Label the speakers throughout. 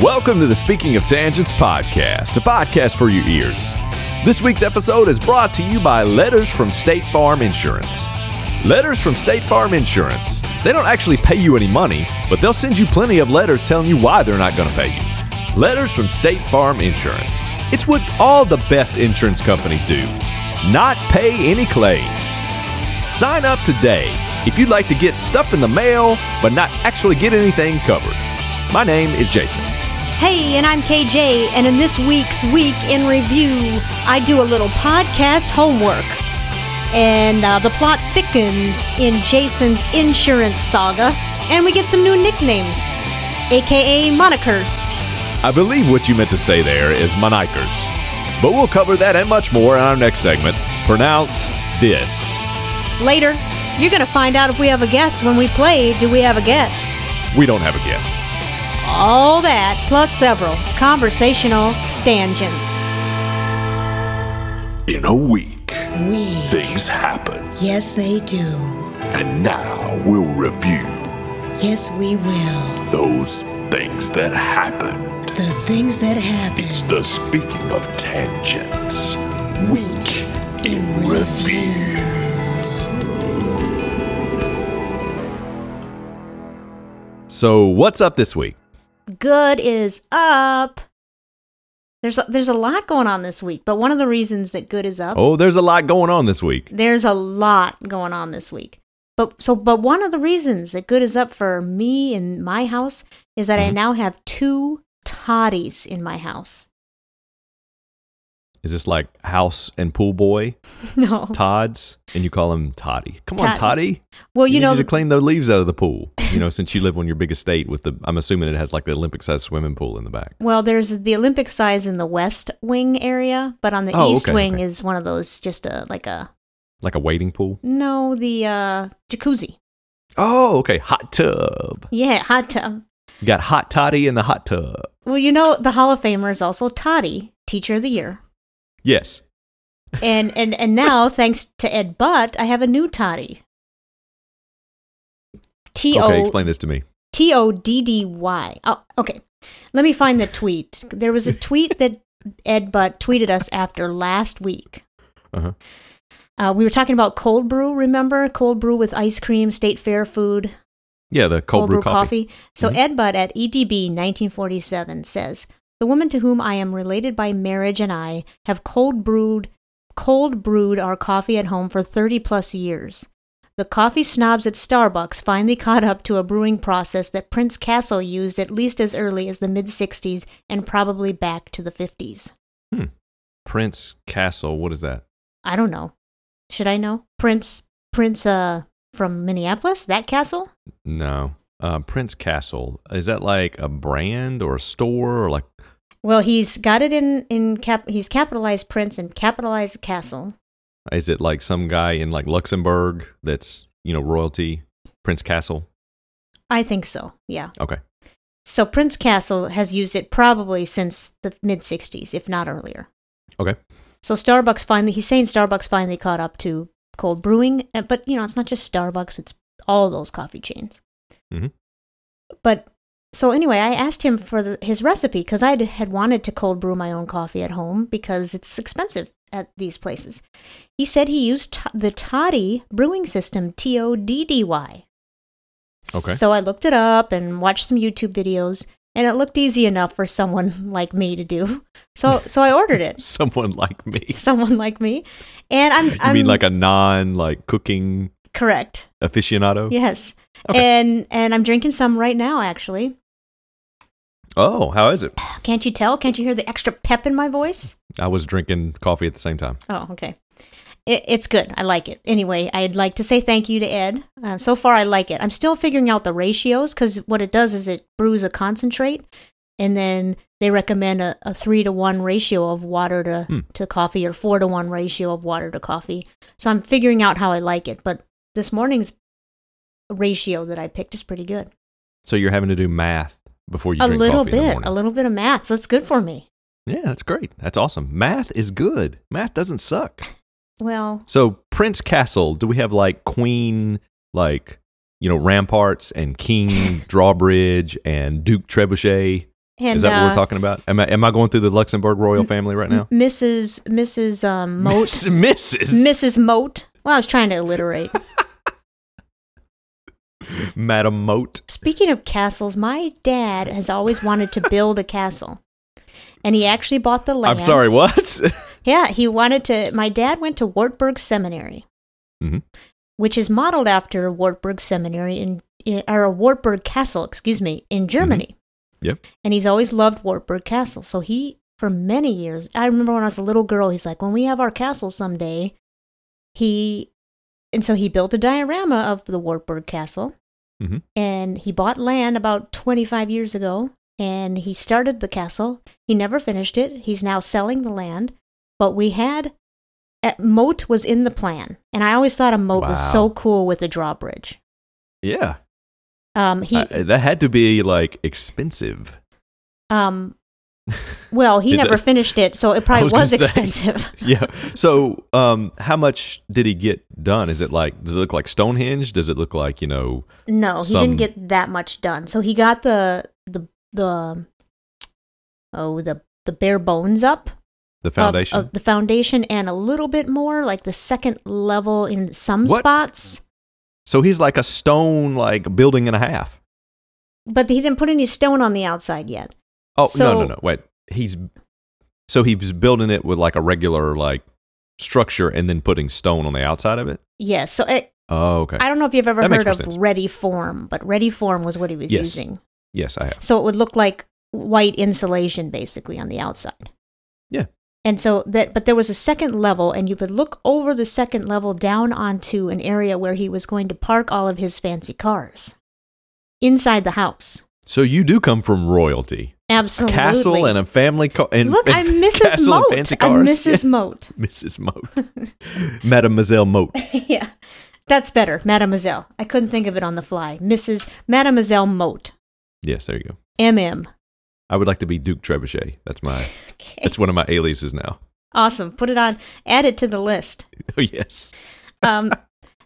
Speaker 1: Welcome to the Speaking of Tangents podcast, a podcast for your ears. This week's episode is brought to you by Letters from State Farm Insurance. Letters from State Farm Insurance. They don't actually pay you any money, but they'll send you plenty of letters telling you why they're not going to pay you. Letters from State Farm Insurance. It's what all the best insurance companies do not pay any claims. Sign up today if you'd like to get stuff in the mail but not actually get anything covered. My name is Jason.
Speaker 2: Hey, and I'm KJ, and in this week's Week in Review, I do a little podcast homework. And uh, the plot thickens in Jason's insurance saga, and we get some new nicknames, aka monikers.
Speaker 1: I believe what you meant to say there is monikers. But we'll cover that and much more in our next segment. Pronounce this.
Speaker 2: Later, you're gonna find out if we have a guest when we play Do We Have a Guest?
Speaker 1: We don't have a guest.
Speaker 2: All that, plus several conversational stanchions.
Speaker 1: In a week,
Speaker 3: Weak.
Speaker 1: things happen,
Speaker 3: Yes, they do.
Speaker 1: and now we'll review
Speaker 3: Yes, we will.
Speaker 1: those things that happened.
Speaker 3: The things that happen.
Speaker 1: It's the Speaking of Tangents Week in Review. So, what's up this week?
Speaker 2: good is up. There's a, there's a lot going on this week, but one of the reasons that good is up,
Speaker 1: Oh, there's a lot going on this week.
Speaker 2: there's a lot going on this week. But so but one of the reasons that good is up for me and my house is that I
Speaker 1: Mhm.
Speaker 2: now have two toddies in my house.
Speaker 1: Is this like House and Pool Boy,
Speaker 2: no.
Speaker 1: Todd's, and you call him Toddy? Come on,
Speaker 2: Toddy.
Speaker 1: Toddy.
Speaker 2: well, you
Speaker 1: need
Speaker 2: know
Speaker 1: to clean the leaves out of the pool. You know, since you live on your big estate with the, I'm assuming it has like the Olympic-sized swimming pool in the back.
Speaker 2: well, there's the Olympic size in the west wing area, but on the
Speaker 1: Oh,
Speaker 2: east
Speaker 1: okay,
Speaker 2: wing
Speaker 1: okay.
Speaker 2: is one of those just a like a
Speaker 1: like a wading pool.
Speaker 2: no, the uh jacuzzi.
Speaker 1: Oh, okay, hot tub.
Speaker 2: Yeah, hot tub.
Speaker 1: You got hot toddy in the hot tub.
Speaker 2: Well, you know, the Hall of Famer is also Toddy, Teacher of the Year.
Speaker 1: Yes.
Speaker 2: And and and now, thanks to Ed Butt, I have a new Toddy.
Speaker 1: Okay,
Speaker 2: T O
Speaker 1: explain this to me.
Speaker 2: T O D D Y. Oh, okay. Let me find the tweet. There was a tweet that Ed Butt tweeted us after last week.
Speaker 1: Uh-huh.
Speaker 2: Uh, we were talking about cold brew, remember? Cold brew with ice cream, state fair food,
Speaker 1: Yeah, the cold, brew, coffee.
Speaker 2: So
Speaker 1: Mhm.
Speaker 2: Ed Budd at E EDB 1947 says, "The woman to whom I am related by marriage and I have cold brewed cold brewed our coffee at home for 30 plus years. The coffee snobs at Starbucks finally caught up to a brewing process that Prince Castle used at least as early as the mid 60s and probably back to the 50s.
Speaker 1: Prince Castle. What is that?
Speaker 2: I don't know. Should I know? Prince Prince uh from Minneapolis, that castle?
Speaker 1: No. Uh, Prince Castle. Is that like a brand or a store or like?
Speaker 2: Well, he's got it in in cap. He's capitalized Prince and capitalized Castle.
Speaker 1: Is it like some guy in like Luxembourg that's you know royalty? Prince Castle.
Speaker 2: I think so. Yeah.
Speaker 1: Okay.
Speaker 2: So Prince Castle has used it probably since the mid '60s, if not earlier.
Speaker 1: Okay.
Speaker 2: So Starbucks finally. He's saying Starbucks finally caught up to cold brewing, uh, but you know it's not just Starbucks. It's all those coffee chains.
Speaker 1: Mhm.
Speaker 2: But so anyway, I asked him for the, his recipe because I had wanted to cold brew my own coffee at home because it's expensive at these places. He said he used t- the Toddy brewing system, T O D D Y.
Speaker 1: Okay.
Speaker 2: So I looked it up and watched some YouTube videos, and it looked easy enough for someone like me to do. So so I ordered it.
Speaker 1: Someone like me.
Speaker 2: Someone like me, and I'm.
Speaker 1: You
Speaker 2: I'm
Speaker 1: mean like a non like cooking
Speaker 2: correct?
Speaker 1: aficionado?
Speaker 2: Yes.
Speaker 1: Okay.
Speaker 2: And and I'm drinking some right now. Actually,
Speaker 1: Oh, how is it?
Speaker 2: can't you tell? Can't you hear the extra pep in my voice?
Speaker 1: I was drinking coffee at the same time.
Speaker 2: Oh, okay. It, it's good. I like it. Anyway, I'd like to say thank you to Ed. Um, so far, I like it. I'm still figuring out the ratios because what it does is it brews a concentrate, and then they recommend a, a three to one ratio of water to,
Speaker 1: Hmm.
Speaker 2: to coffee or four to one ratio of water to coffee. So I'm figuring out how I like it. But this morning's ratio that I picked is pretty good.
Speaker 1: So you're having to do math before you
Speaker 2: a
Speaker 1: drink
Speaker 2: little
Speaker 1: coffee in the
Speaker 2: bit,
Speaker 1: morning.
Speaker 2: a little bit of math. So it's good for me.
Speaker 1: Yeah, that's great. That's awesome. Math is good. Math doesn't suck.
Speaker 2: Well,
Speaker 1: So Prince Castle, do we have like Queen, like you know ramparts and King drawbridge and Duke Trebuchet?
Speaker 2: And,
Speaker 1: Is that what
Speaker 2: uh,
Speaker 1: we're talking about? Am I, am I going through the Luxembourg royal family right now?
Speaker 2: Mrs. Mrs. Um, Moat.
Speaker 1: Miss- Mrs.
Speaker 2: Mrs. Moat. Well, I was trying to alliterate.
Speaker 1: Madam Moat.
Speaker 2: Speaking of castles, my dad has always wanted to build a castle. And he actually bought the land.
Speaker 1: I'm sorry, what?
Speaker 2: Yeah, he wanted to. My dad went to Wartburg Seminary,
Speaker 1: Mhm.
Speaker 2: which is modeled after Wartburg Seminary in, in or Wartburg Castle, excuse me, in Germany.
Speaker 1: Mm-hmm. yep.
Speaker 2: And he's always loved Wartburg Castle. So he, for many years, I remember when I was a little girl, he's like, when we have our castle someday, he, and so he built a diorama of the Wartburg Castle.
Speaker 1: hmm
Speaker 2: And he bought land about 25 years ago and he started the castle. He never finished it. He's now selling the land. But we had, a moat was in the plan. And I always thought a moat was so
Speaker 1: Wow.
Speaker 2: cool with a drawbridge.
Speaker 1: Yeah.
Speaker 2: Um, he,
Speaker 1: I- that had to be like expensive.
Speaker 2: um, well, he
Speaker 1: Is
Speaker 2: never
Speaker 1: it-
Speaker 2: finished it, so it
Speaker 1: I
Speaker 2: probably
Speaker 1: was
Speaker 2: was,
Speaker 1: gonna say.
Speaker 2: expensive.
Speaker 1: yeah. So, um, how much did he get done? Is it like does it look like Stonehenge? Does it look like you know?
Speaker 2: No, he
Speaker 1: Some-
Speaker 2: didn't get that much done. So he got the the the oh the the bare bones up of-
Speaker 1: The foundation.
Speaker 2: of, the foundation and a little bit more like the second level in some
Speaker 1: What?
Speaker 2: spots.
Speaker 1: so he's like a stone like building and a half.
Speaker 2: But he didn't put any stone on the outside yet.
Speaker 1: Oh no
Speaker 2: So-
Speaker 1: no no wait he's so he's building it with like a regular like structure and then putting stone on the outside of it.
Speaker 2: Yes. So it,
Speaker 1: Oh okay.
Speaker 2: I don't know if you've ever
Speaker 1: That makes
Speaker 2: heard
Speaker 1: more
Speaker 2: of
Speaker 1: sense.
Speaker 2: ready form, but ready form was what he was
Speaker 1: Yes.
Speaker 2: using.
Speaker 1: yes, I have.
Speaker 2: So it would look like white insulation basically on the outside.
Speaker 1: Yeah.
Speaker 2: And so that, but there was a second level, and you could look over the second level down onto an area where he was going to park all of his fancy cars inside the house.
Speaker 1: So you do come from royalty. A
Speaker 2: Absolutely.
Speaker 1: castle and a family car. And,
Speaker 2: Look,
Speaker 1: and
Speaker 2: I'm Mrs.
Speaker 1: Castle and
Speaker 2: Moat.
Speaker 1: fancy
Speaker 2: I'm
Speaker 1: cars.
Speaker 2: Mrs. Moat.
Speaker 1: Yeah. Mrs. Moat. Mademoiselle Moat.
Speaker 2: yeah. That's better, Mademoiselle. I couldn't think of it on the fly. Mrs. Mademoiselle Moat.
Speaker 1: Yes, there you go.
Speaker 2: MM.
Speaker 1: I would like to be Duke Trebuchet. That's my.
Speaker 2: Okay.
Speaker 1: That's one of my aliases now.
Speaker 2: Awesome. Put it on. Add it to the list.
Speaker 1: Oh yes.
Speaker 2: um,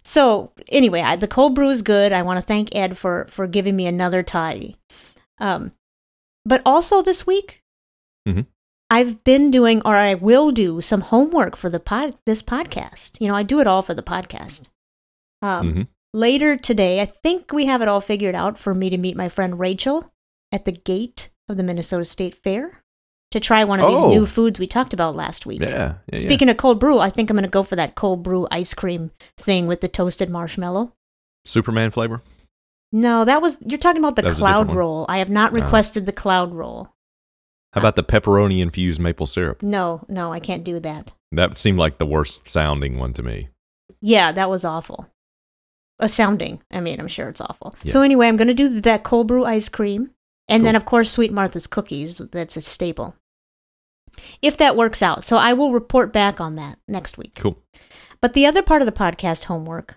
Speaker 2: so anyway, I, the cold brew is good. I want to thank Ed for for giving me another toddy. Um, but also this week,
Speaker 1: Mhm.
Speaker 2: I've been doing, or I will do, some homework for the pod this podcast. You know, I do it all for the podcast. Um,
Speaker 1: Mhm.
Speaker 2: Later today, I think we have it all figured out for me to meet my friend Rachel at the gate of the Minnesota State Fair to try one of
Speaker 1: Oh.
Speaker 2: these new foods we talked about last week.
Speaker 1: Yeah. yeah, yeah.
Speaker 2: Speaking of cold brew, I think I'm going to go for that cold brew ice cream thing with the toasted marshmallow.
Speaker 1: Superman flavor.
Speaker 2: No, that was you're talking about the
Speaker 1: That was a different
Speaker 2: cloud
Speaker 1: one. Uh-huh.
Speaker 2: roll. I have not
Speaker 1: No.
Speaker 2: requested the cloud roll. Uh,
Speaker 1: How about the pepperoni infused maple syrup?
Speaker 2: No, no, I can't do that.
Speaker 1: That seemed like the worst sounding one to me.
Speaker 2: Yeah, that was awful. A sounding. I mean, I'm sure it's awful.
Speaker 1: Yeah.
Speaker 2: So anyway, I'm going to do that cold brew ice cream and then
Speaker 1: Cool.
Speaker 2: of course Sweet Martha's cookies, that's a staple. If that works out. So I will report back on that next week.
Speaker 1: Cool.
Speaker 2: But the other part of the podcast homework,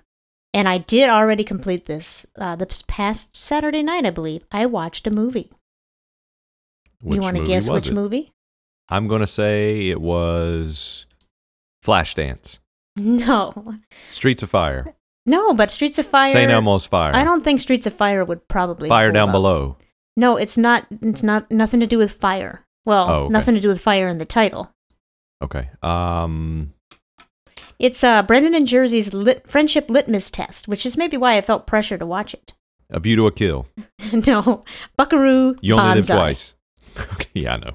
Speaker 2: and I did already complete this uh, this past Saturday night, I believe, I watched a movie.
Speaker 1: Which
Speaker 2: you want to
Speaker 1: movie
Speaker 2: guess
Speaker 1: was
Speaker 2: which
Speaker 1: it?
Speaker 2: movie?
Speaker 1: I'm gonna say it was Flashdance,
Speaker 2: No.
Speaker 1: Streets of Fire,
Speaker 2: No, but Streets of Fire.
Speaker 1: St. Elmo's Fire,
Speaker 2: I don't think Streets of Fire would probably.
Speaker 1: Fire
Speaker 2: hold
Speaker 1: Down
Speaker 2: up.
Speaker 1: Below.
Speaker 2: No, it's not. It's not nothing to do with fire. Well,
Speaker 1: Oh, okay.
Speaker 2: nothing to do with fire in the title.
Speaker 1: Okay. Um.
Speaker 2: It's uh, Brendan and Jersey's lit- friendship litmus test, which is maybe why I felt pressure to watch it.
Speaker 1: A View to a Kill.
Speaker 2: no, Buckaroo.
Speaker 1: You only live
Speaker 2: Banzai.
Speaker 1: twice. okay, yeah, I know.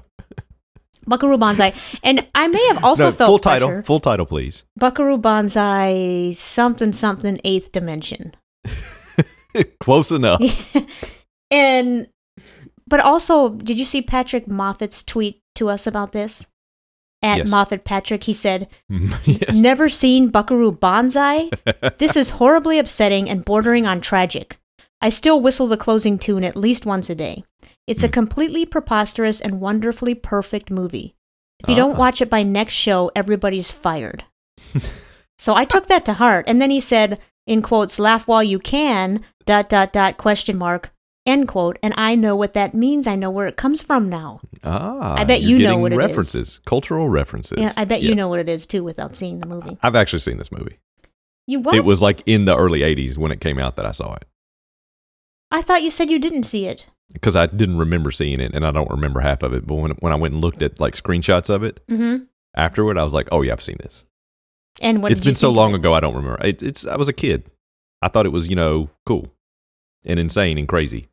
Speaker 2: Buckaroo Banzai, and I may have also
Speaker 1: No,
Speaker 2: felt
Speaker 1: full
Speaker 2: pressure.
Speaker 1: title. Full title, please.
Speaker 2: Buckaroo Banzai something something eighth dimension.
Speaker 1: Close enough.
Speaker 2: and but also, did you see Patrick Moffat's tweet to us about this? At
Speaker 1: Yes.
Speaker 2: Moffat Patrick, he said,
Speaker 1: yes.
Speaker 2: "Never seen Buckaroo Banzai. this is horribly upsetting and bordering on tragic. I still whistle the closing tune at least once a day. It's a
Speaker 1: Hmm.
Speaker 2: completely preposterous and wonderfully perfect movie. If you don't
Speaker 1: Ah.
Speaker 2: watch it by next show, everybody's fired. so I took that to heart. And then he said, in quotes, laugh while you can, dot, dot, dot, question mark, end quote. And I know what that means. I know where it comes from now.
Speaker 1: Ah,
Speaker 2: I bet
Speaker 1: you're
Speaker 2: you know
Speaker 1: getting
Speaker 2: what it is.
Speaker 1: references, cultural references.
Speaker 2: Yeah, I bet you
Speaker 1: Yes.
Speaker 2: know what it is too without seeing the movie.
Speaker 1: I've actually seen this movie.
Speaker 2: You what?
Speaker 1: It was like in the early '80s when it came out that I saw it.
Speaker 2: I thought you said you didn't see it.
Speaker 1: because I didn't remember seeing it and I don't remember half of it. But when when I went and looked at like screenshots of it
Speaker 2: Mm-hmm.
Speaker 1: afterward, I was like, oh yeah, I've seen this.
Speaker 2: And what
Speaker 1: it's
Speaker 2: did you
Speaker 1: been so
Speaker 2: think of
Speaker 1: long
Speaker 2: it?
Speaker 1: ago, I don't remember. It, it's I was a kid. I thought it was you know cool and insane and crazy.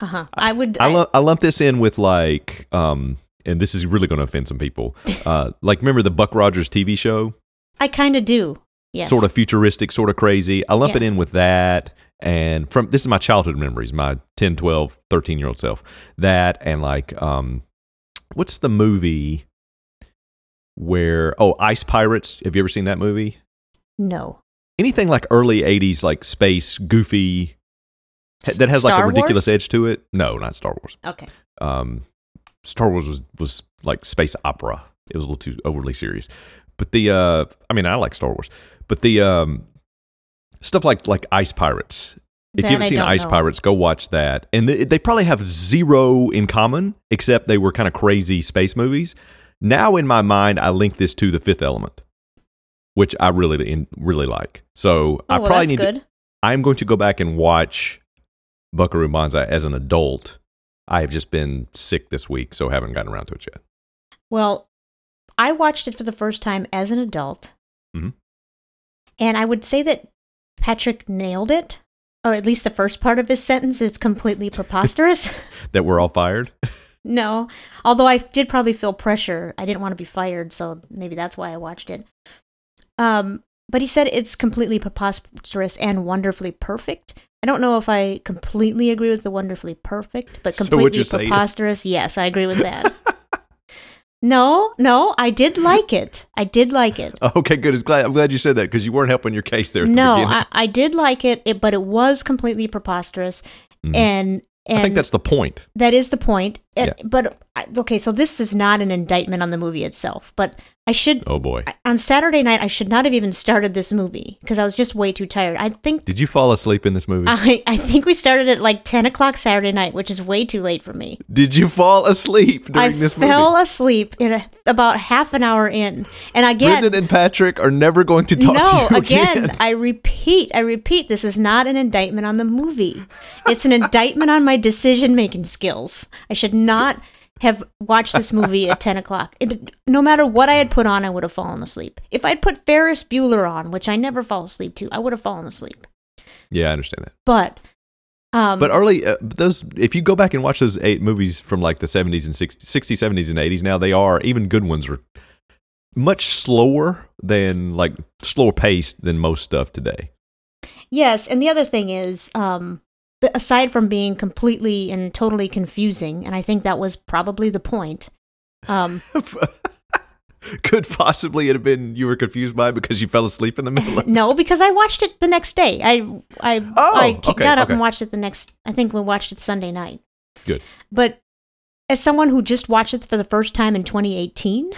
Speaker 2: Uh-huh. I would.
Speaker 1: I, lu- I lump this in with like, um, and this is really going to offend some people. Uh, like, remember the Buck Rogers TV show?
Speaker 2: I kind of do. Yes.
Speaker 1: Sort of futuristic, sort of crazy. I lump it
Speaker 2: Yeah.
Speaker 1: in with that. And from this is my childhood memories, my 10, 12, 13 year old self. That and like, um, what's the movie where, oh, Ice Pirates. Have you ever seen that movie?
Speaker 2: No.
Speaker 1: Anything like early 80s, like space, goofy, ha- that has like
Speaker 2: Star
Speaker 1: a ridiculous
Speaker 2: Wars?
Speaker 1: edge to it? No, not Star Wars
Speaker 2: Okay.
Speaker 1: um, Star Wars was was like space opera. It was a little too overly serious. But the uh, I mean, I like Star Wars, but the um, stuff like like Ice Pirates. If
Speaker 2: That
Speaker 1: you haven't
Speaker 2: I
Speaker 1: seen
Speaker 2: don't
Speaker 1: Ice
Speaker 2: know.
Speaker 1: Pirates, go watch that. And they, they probably have zero in common, except they were kind of crazy space movies. Now in my mind, I link this to The Fifth Element, which I really really like. So
Speaker 2: Oh,
Speaker 1: I
Speaker 2: well,
Speaker 1: probably
Speaker 2: that's
Speaker 1: need to-
Speaker 2: good.
Speaker 1: I'm going to go back and watch Buckaroo Banzai as an adult. I have just been sick this week, so haven't gotten around to it yet.
Speaker 2: Well, I watched it for the first time as an adult.
Speaker 1: Mhm.
Speaker 2: And I would say that Patrick nailed it, or at least the first part of his sentence is completely preposterous.
Speaker 1: That we're all fired.
Speaker 2: no. Although I did probably feel pressure. I didn't want to be fired, so maybe that's why I watched it. Um, but he said it's completely preposterous and wonderfully perfect. I don't know if I completely agree with the wonderfully perfect, but
Speaker 1: So what
Speaker 2: completely
Speaker 1: you're saying-
Speaker 2: preposterous, yes, I agree with that. no, no, I did like it. I did like it.
Speaker 1: Okay, good. It's glad, I'm glad you said that because you weren't helping your case there. At
Speaker 2: no,
Speaker 1: the beginning.
Speaker 2: I, I did like it, it, but it was completely preposterous,
Speaker 1: Mhm.
Speaker 2: and and
Speaker 1: I think that's the point.
Speaker 2: that is the point. It-
Speaker 1: Yeah.
Speaker 2: But I- okay, so this is not an indictment on the movie itself, but I should
Speaker 1: Oh boy,
Speaker 2: I- on Saturday night I should not have even started this movie because I was just way too tired. I think
Speaker 1: did you fall asleep in this movie?
Speaker 2: I, I think we started at like ten o'clock Saturday night, which is way too late for me.
Speaker 1: did you fall asleep during
Speaker 2: I
Speaker 1: this
Speaker 2: fell
Speaker 1: movie?
Speaker 2: asleep in a, about half an hour in, and again,
Speaker 1: Brendan and Patrick are never going to talk
Speaker 2: no,
Speaker 1: to you
Speaker 2: again, I repeat, I repeat, this is not an indictment on the movie. It's an indictment on my decision making skills. I should not have watched this movie at 10 o'clock. It, no matter what I had put on, I would have fallen asleep. If I'd put Ferris Bueller on, which I never fall asleep to, I would have fallen asleep.
Speaker 1: Yeah, I understand that.
Speaker 2: But, um,
Speaker 1: But early uh, those, if you go back and watch those eight movies from like the seventies and 60s, 60s, 70s, and eighties, now they are even good ones are much slower than like slower paced than most stuff today. uh,
Speaker 2: yes, and the other thing is, um, b- aside from being completely and totally confusing, and I think that was probably the point. Um,
Speaker 1: Could possibly it have been you were confused by because you fell asleep in the middle. Of-
Speaker 2: no, because I watched it the next day. I I
Speaker 1: Oh,
Speaker 2: I
Speaker 1: okay,
Speaker 2: got up
Speaker 1: okay.
Speaker 2: and watched it the next. I think we watched it Sunday night.
Speaker 1: Good.
Speaker 2: But as someone who just watched it for the first time in 2018,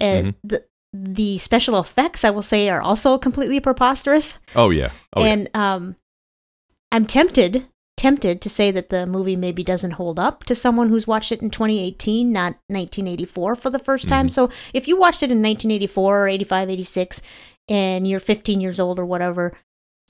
Speaker 2: uh,
Speaker 1: Mhm.
Speaker 2: the the special effects I will say are also completely preposterous,
Speaker 1: Oh yeah. Oh yeah.
Speaker 2: and um, I'm tempted tempted to say that the movie maybe doesn't hold up to someone who's watched it in 2018 not 1984 for the 1st time
Speaker 1: Mm-hmm.
Speaker 2: so if you watched it in 1984 or 85 86 and you're 15 years old or whatever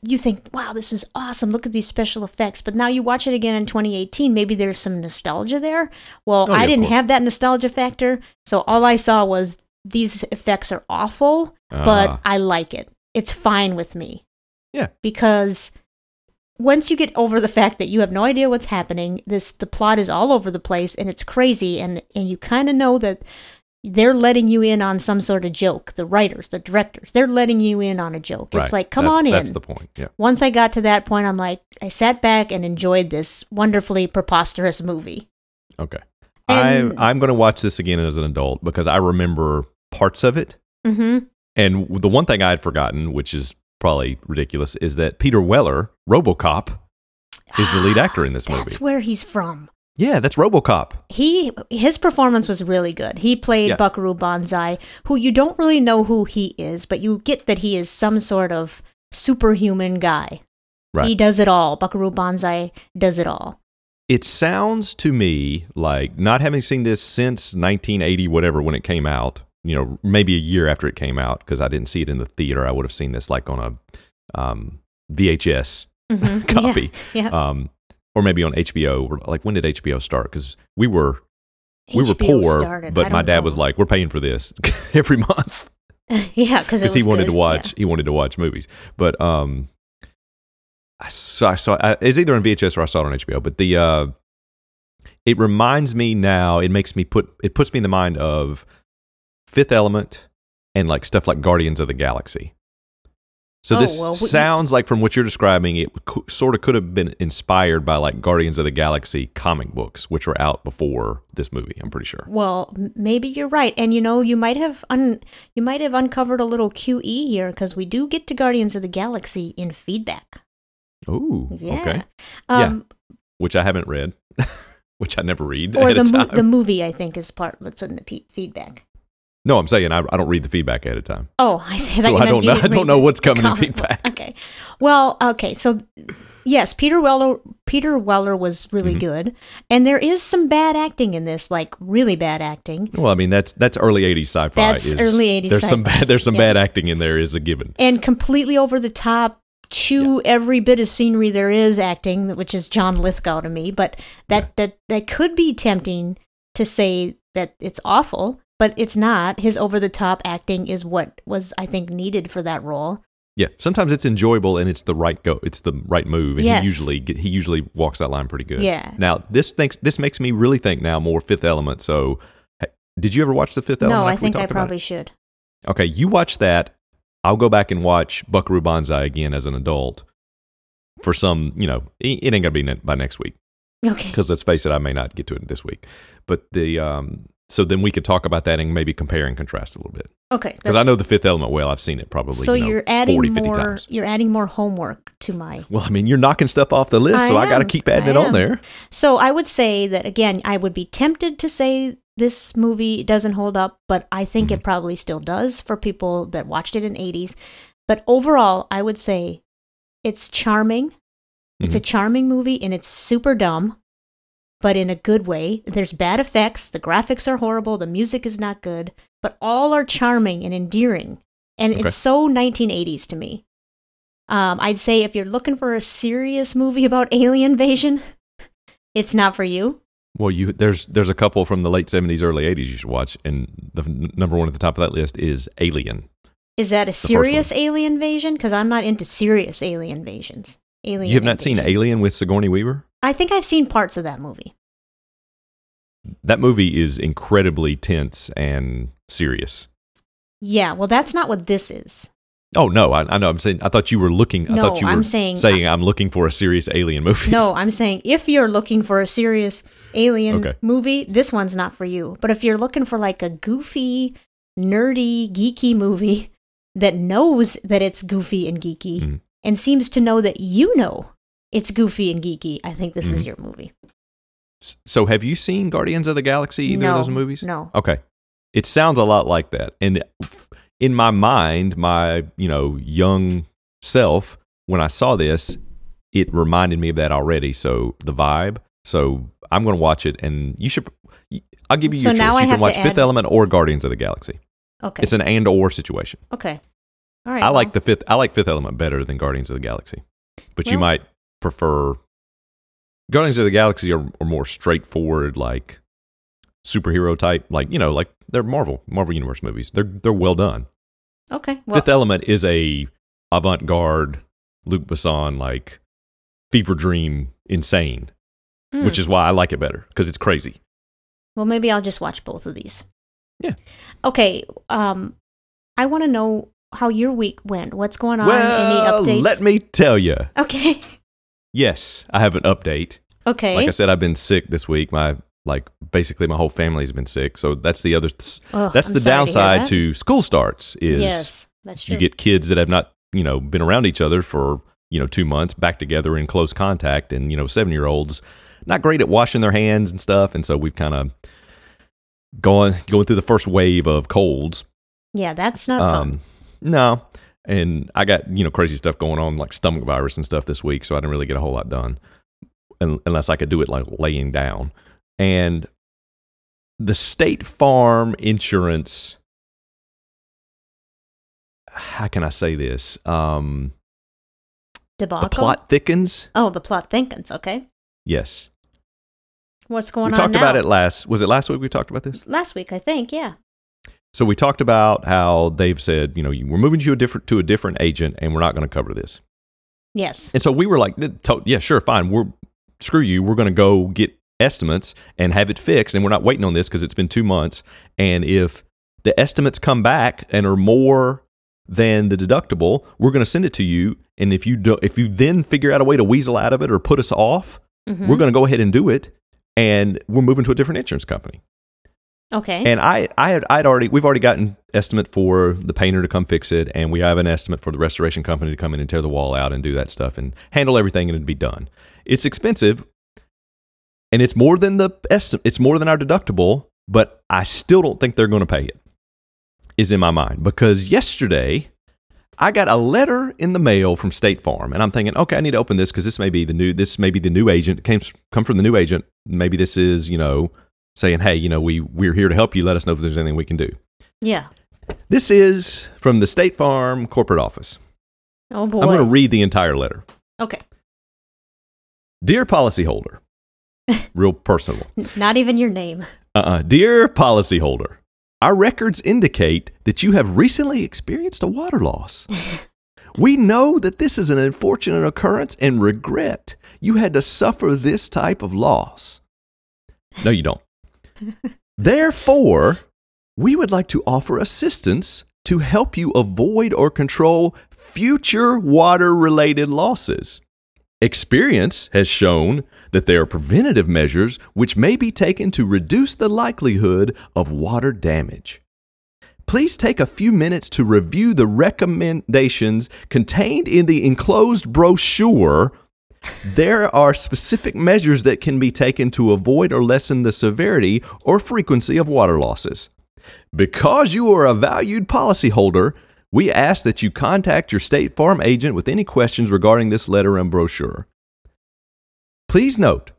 Speaker 2: you think wow this is awesome look at these special effects but now you watch it again in 2018 maybe there's some nostalgia there well
Speaker 1: Oh, yeah,
Speaker 2: i
Speaker 1: of
Speaker 2: didn't
Speaker 1: course.
Speaker 2: have that nostalgia factor so all i saw was these effects are awful
Speaker 1: Ah.
Speaker 2: but i like it it's fine with me
Speaker 1: Yeah.
Speaker 2: because once you get over the fact that you have no idea what's happening, this the plot is all over the place and it's crazy and and you kind of know that they're letting you in on some sort of joke. The writers, the directors, they're letting you in on a joke.
Speaker 1: Right.
Speaker 2: It's like, come
Speaker 1: That's-
Speaker 2: on
Speaker 1: That's
Speaker 2: in.
Speaker 1: the point. Yeah.
Speaker 2: Once I got to that point, I'm like, I sat back and enjoyed this wonderfully preposterous movie.
Speaker 1: Okay.
Speaker 2: And-
Speaker 1: I I'm going to watch this again as an adult because I remember parts of it.
Speaker 2: Mm-hmm.
Speaker 1: And the one thing I had forgotten, which is probably ridiculous, is that Peter Weller, RoboCop, is the lead actor in this movie.
Speaker 2: That's where he's from.
Speaker 1: yeah, that's RoboCop.
Speaker 2: he his performance was really good. He played
Speaker 1: Yeah.
Speaker 2: Buckaroo Banzai, who you don't really know who he is, but you get that he is some sort of superhuman guy.
Speaker 1: Right.
Speaker 2: He does it all. Buckaroo Banzai does it all.
Speaker 1: it sounds to me like not having seen this since 1980 whatever when it came out, you know, maybe a year after it came out because I didn't see it in the theater. I would have seen this like on a um, VHS
Speaker 2: Mhm.
Speaker 1: copy.
Speaker 2: Yeah. yeah.
Speaker 1: Um, or maybe on HBO. We're Like when did HBO start? Because we were we were
Speaker 2: HBO
Speaker 1: poor,
Speaker 2: started. I
Speaker 1: but my
Speaker 2: don't
Speaker 1: dad
Speaker 2: know.
Speaker 1: was like, "We're paying for this every month."
Speaker 2: yeah, because
Speaker 1: because he wanted to watch he wanted to watch movies but um i saw, I saw I, it's either on vhs or i saw it on hbo but the uh it reminds me now it makes me put it puts me in the mind of fifth element and like stuff like guardians of the galaxy so
Speaker 2: Oh,
Speaker 1: this
Speaker 2: well, we-
Speaker 1: sounds like from what you're describing it co- sort of could have been inspired by like guardians of the galaxy comic books which were out before this movie i'm pretty sure
Speaker 2: Well, m- maybe you're right, and you know you might have un- you might have uncovered a little QE here because we do get to Guardians of the Galaxy in feedback.
Speaker 1: Ooh,
Speaker 2: Yeah.
Speaker 1: okay Yeah.
Speaker 2: Um,
Speaker 1: which I haven't read, which I never read
Speaker 2: Or
Speaker 1: at
Speaker 2: the
Speaker 1: a
Speaker 2: mo-
Speaker 1: time.
Speaker 2: the movie, I think, is part that's in the pe- feedback.
Speaker 1: no, I'm saying I, I don't read the feedback ahead of time.
Speaker 2: Oh, I see.
Speaker 1: So I don't know- I don't know what's coming in feedback.
Speaker 2: Okay. Well, okay. So yes, Peter Weller Peter Weller was really
Speaker 1: Mm-hmm.
Speaker 2: good, and there is some bad acting in this, like really bad acting.
Speaker 1: Well, I mean that's that's early '80s sci-fi.
Speaker 2: That's
Speaker 1: is-
Speaker 2: early 80s
Speaker 1: There's some
Speaker 2: sci-fi,
Speaker 1: bad there's some
Speaker 2: yeah.
Speaker 1: bad acting in there is a given.
Speaker 2: and completely over the top chew every bit of scenery there is acting which is john lithgow to me but that that that could be tempting to say that it's awful but it's not his over the top acting is what was i think needed for that role
Speaker 1: Yeah, sometimes it's enjoyable and it's the right go, it's the right move, and
Speaker 2: Yes.
Speaker 1: he usually get- he usually walks that line pretty good.
Speaker 2: Yeah.
Speaker 1: Now this thinks this makes me really think now more Fifth Element. So, ha- did you ever watch the Fifth Element?
Speaker 2: no i
Speaker 1: like we
Speaker 2: think i
Speaker 1: talked about it?
Speaker 2: probably should
Speaker 1: Okay, you watch that. I'll go back and watch Buckaroo Banzai again as an adult. For some, you know, it it ain't gonna be ne- by next week
Speaker 2: okay
Speaker 1: because let's face it, I may not get to it this week. But the um, so then we could talk about that and maybe compare and contrast a little bit
Speaker 2: okay
Speaker 1: because I know the Fifth Element well. I've seen it probably
Speaker 2: so
Speaker 1: you know,
Speaker 2: are adding
Speaker 1: 40, 50
Speaker 2: more
Speaker 1: times.
Speaker 2: you're adding more homework to my
Speaker 1: Well, I mean, you're knocking stuff off the list,
Speaker 2: I
Speaker 1: so I got to
Speaker 2: am.
Speaker 1: keep adding
Speaker 2: I
Speaker 1: it on
Speaker 2: am.
Speaker 1: there.
Speaker 2: So I would say that again, I would be tempted to say this movie doesn't hold up, but I think it probably still does for people that watched it in 80s. But overall, I would say it's charming. It's a charming movie and it's super dumb, but in a good way. There's bad effects, the graphics are horrible, the music is not good, but all are charming and endearing. And
Speaker 1: Okay.
Speaker 2: it's so 1980s to me. Um, I'd say if you're looking for a serious movie about alien invasion, it's not for you.
Speaker 1: Well, you there's there's a couple from the late '70s, early '80s you should watch, and the n- number one at the top of that list is Alien.
Speaker 2: Is that a
Speaker 1: first
Speaker 2: serious alien invasion? Because I'm not into serious alien invasions. Alien
Speaker 1: you have not seen
Speaker 2: invasion.
Speaker 1: Alien with Sigourney Weaver?
Speaker 2: I think I've seen parts of that movie.
Speaker 1: That movie is incredibly tense and serious.
Speaker 2: Yeah, well, that's not what this is.
Speaker 1: Oh no, I, I know. I'm saying I thought you were looking. I
Speaker 2: No,
Speaker 1: thought you were
Speaker 2: I'm saying-
Speaker 1: I'm looking for a serious alien movie.
Speaker 2: No, I'm saying if you're looking for a serious alien
Speaker 1: Okay.
Speaker 2: movie, this one's not for you. But if you're looking for like a goofy, nerdy, geeky movie that knows that it's goofy and geeky
Speaker 1: Mhm.
Speaker 2: and seems to know that you know it's goofy and geeky, I think this is
Speaker 1: Mhm.
Speaker 2: your movie.
Speaker 1: S- So have you seen Guardians of the Galaxy? Either
Speaker 2: No,
Speaker 1: of those movies?
Speaker 2: no.
Speaker 1: Okay. It sounds a lot like that, and in my mind, my you know young self, when I saw this, it reminded me of that already. So the vibe. So I'm going to watch it, and you should. I'll give you
Speaker 2: So
Speaker 1: your
Speaker 2: now
Speaker 1: choice.
Speaker 2: I
Speaker 1: you can
Speaker 2: have to
Speaker 1: watch Fifth
Speaker 2: add-
Speaker 1: Element or Guardians of the Galaxy.
Speaker 2: Okay.
Speaker 1: It's an and/or situation.
Speaker 2: okay. All right.
Speaker 1: I like
Speaker 2: well,
Speaker 1: the fifth. I like Fifth Element better than Guardians of the Galaxy, but you
Speaker 2: Well-
Speaker 1: might prefer Guardians of the Galaxy are, are more straightforward, like superhero type, like you know, like they're Marvel Marvel Universe movies. They're they're well done.
Speaker 2: Okay. Well,
Speaker 1: fifth Element is a avant garde, Luc Besson like fever dream, insane,
Speaker 2: hmm.
Speaker 1: which is why I like it better because it's crazy.
Speaker 2: Well, maybe I'll just watch both of these.
Speaker 1: Yeah.
Speaker 2: Okay. Um, I want to know how your week went. What's going on?
Speaker 1: well,
Speaker 2: Any updates?
Speaker 1: let me tell you.
Speaker 2: Okay.
Speaker 1: Yes, I have an update.
Speaker 2: Okay.
Speaker 1: Like I said, I've been sick this week. My like basically my whole family's been sick. So that's the other.
Speaker 2: Ugh,
Speaker 1: that's
Speaker 2: I'm
Speaker 1: the
Speaker 2: sorry to hear
Speaker 1: downside
Speaker 2: that.
Speaker 1: to, school starts is
Speaker 2: yes, that's true.
Speaker 1: you get kids that have not you know been around each other for you know two months back together in close contact, and you know seven year olds not great at washing their hands and stuff, and so we've kind of gone going through the first wave of colds.
Speaker 2: yeah, that's not
Speaker 1: um,
Speaker 2: fun.
Speaker 1: No. And I got, you know, crazy stuff going on, like stomach virus and stuff this week. So I didn't really get a whole lot done un- unless I could do it like laying down. And the state farm insurance, how can I say this? Um, the
Speaker 2: Debacle.
Speaker 1: plot thickens.
Speaker 2: Oh, the plot thickens. Okay.
Speaker 1: Yes.
Speaker 2: What's going
Speaker 1: we
Speaker 2: on?
Speaker 1: talked
Speaker 2: now?
Speaker 1: about it last. Was it last week we talked about this?
Speaker 2: last week, I think. Yeah.
Speaker 1: So we talked about how they've said, you know, you- we're moving you a different to a different agent, and we're not going to cover this.
Speaker 2: Yes.
Speaker 1: And so we were like, "To- yeah, sure, fine. We're screw you. We're going to go get estimates and have it fixed, and we're not waiting on this because it's been two months. And if the estimates come back and are more than the deductible, we're going to send it to you. And if you do, if you then figure out a way to weasel out of it or put us off,
Speaker 2: Mhm.
Speaker 1: we're going to go ahead and do it. And we're moving to a different insurance company.
Speaker 2: okay.
Speaker 1: And I, I had, I'd already, we've already gotten estimate for the painter to come fix it, and we have an estimate for the restoration company to come in and tear the wall out and do that stuff and handle everything, and it'd be done. It's expensive, and it's more than the estimate. It's more than our deductible, but I still don't think they're going to pay it. Is in my mind because yesterday I got a letter in the mail from State Farm, and I'm thinking, okay, I need to open this because this may be the new, this may be the new agent it came come from the new agent. Maybe this is, you know, saying, hey, you know, we we're here to help you. Let us know if there's anything we can do.
Speaker 2: yeah.
Speaker 1: This is from the State Farm corporate office.
Speaker 2: Oh boy.
Speaker 1: I'm going to read the entire letter.
Speaker 2: okay.
Speaker 1: Dear policyholder, real personal.
Speaker 2: Not even your name.
Speaker 1: Uh-uh. Dear policyholder, our records indicate that you have recently experienced a water loss. we know that this is an unfortunate occurrence and regret you had to suffer this type of loss. No, you don't. Therefore, we would like to offer assistance to help you avoid or control future water related losses. Experience has shown that there are preventative measures which may be taken to reduce the likelihood of water damage. Please take a few minutes to review the recommendations contained in the enclosed brochure. There are specific measures that can be taken to avoid or lessen the severity or frequency of water losses. Because you are a valued policyholder, we ask that you contact your State Farm agent with any questions regarding this letter and brochure. Please note,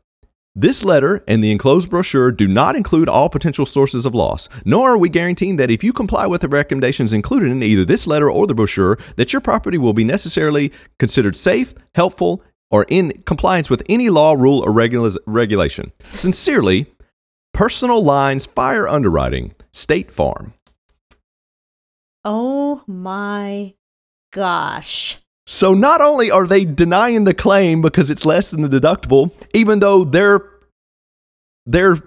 Speaker 1: this letter and the enclosed brochure do not include all potential sources of loss, nor are we guaranteeing that if you comply with the recommendations included in either this letter or the brochure, that your property will be necessarily considered safe, helpful, or in compliance with any law, rule, or regula- regulation. Sincerely, Personal Lines Fire Underwriting, State Farm.
Speaker 2: Oh my gosh.
Speaker 1: So not only are they denying the claim because it's less than the deductible, even though their their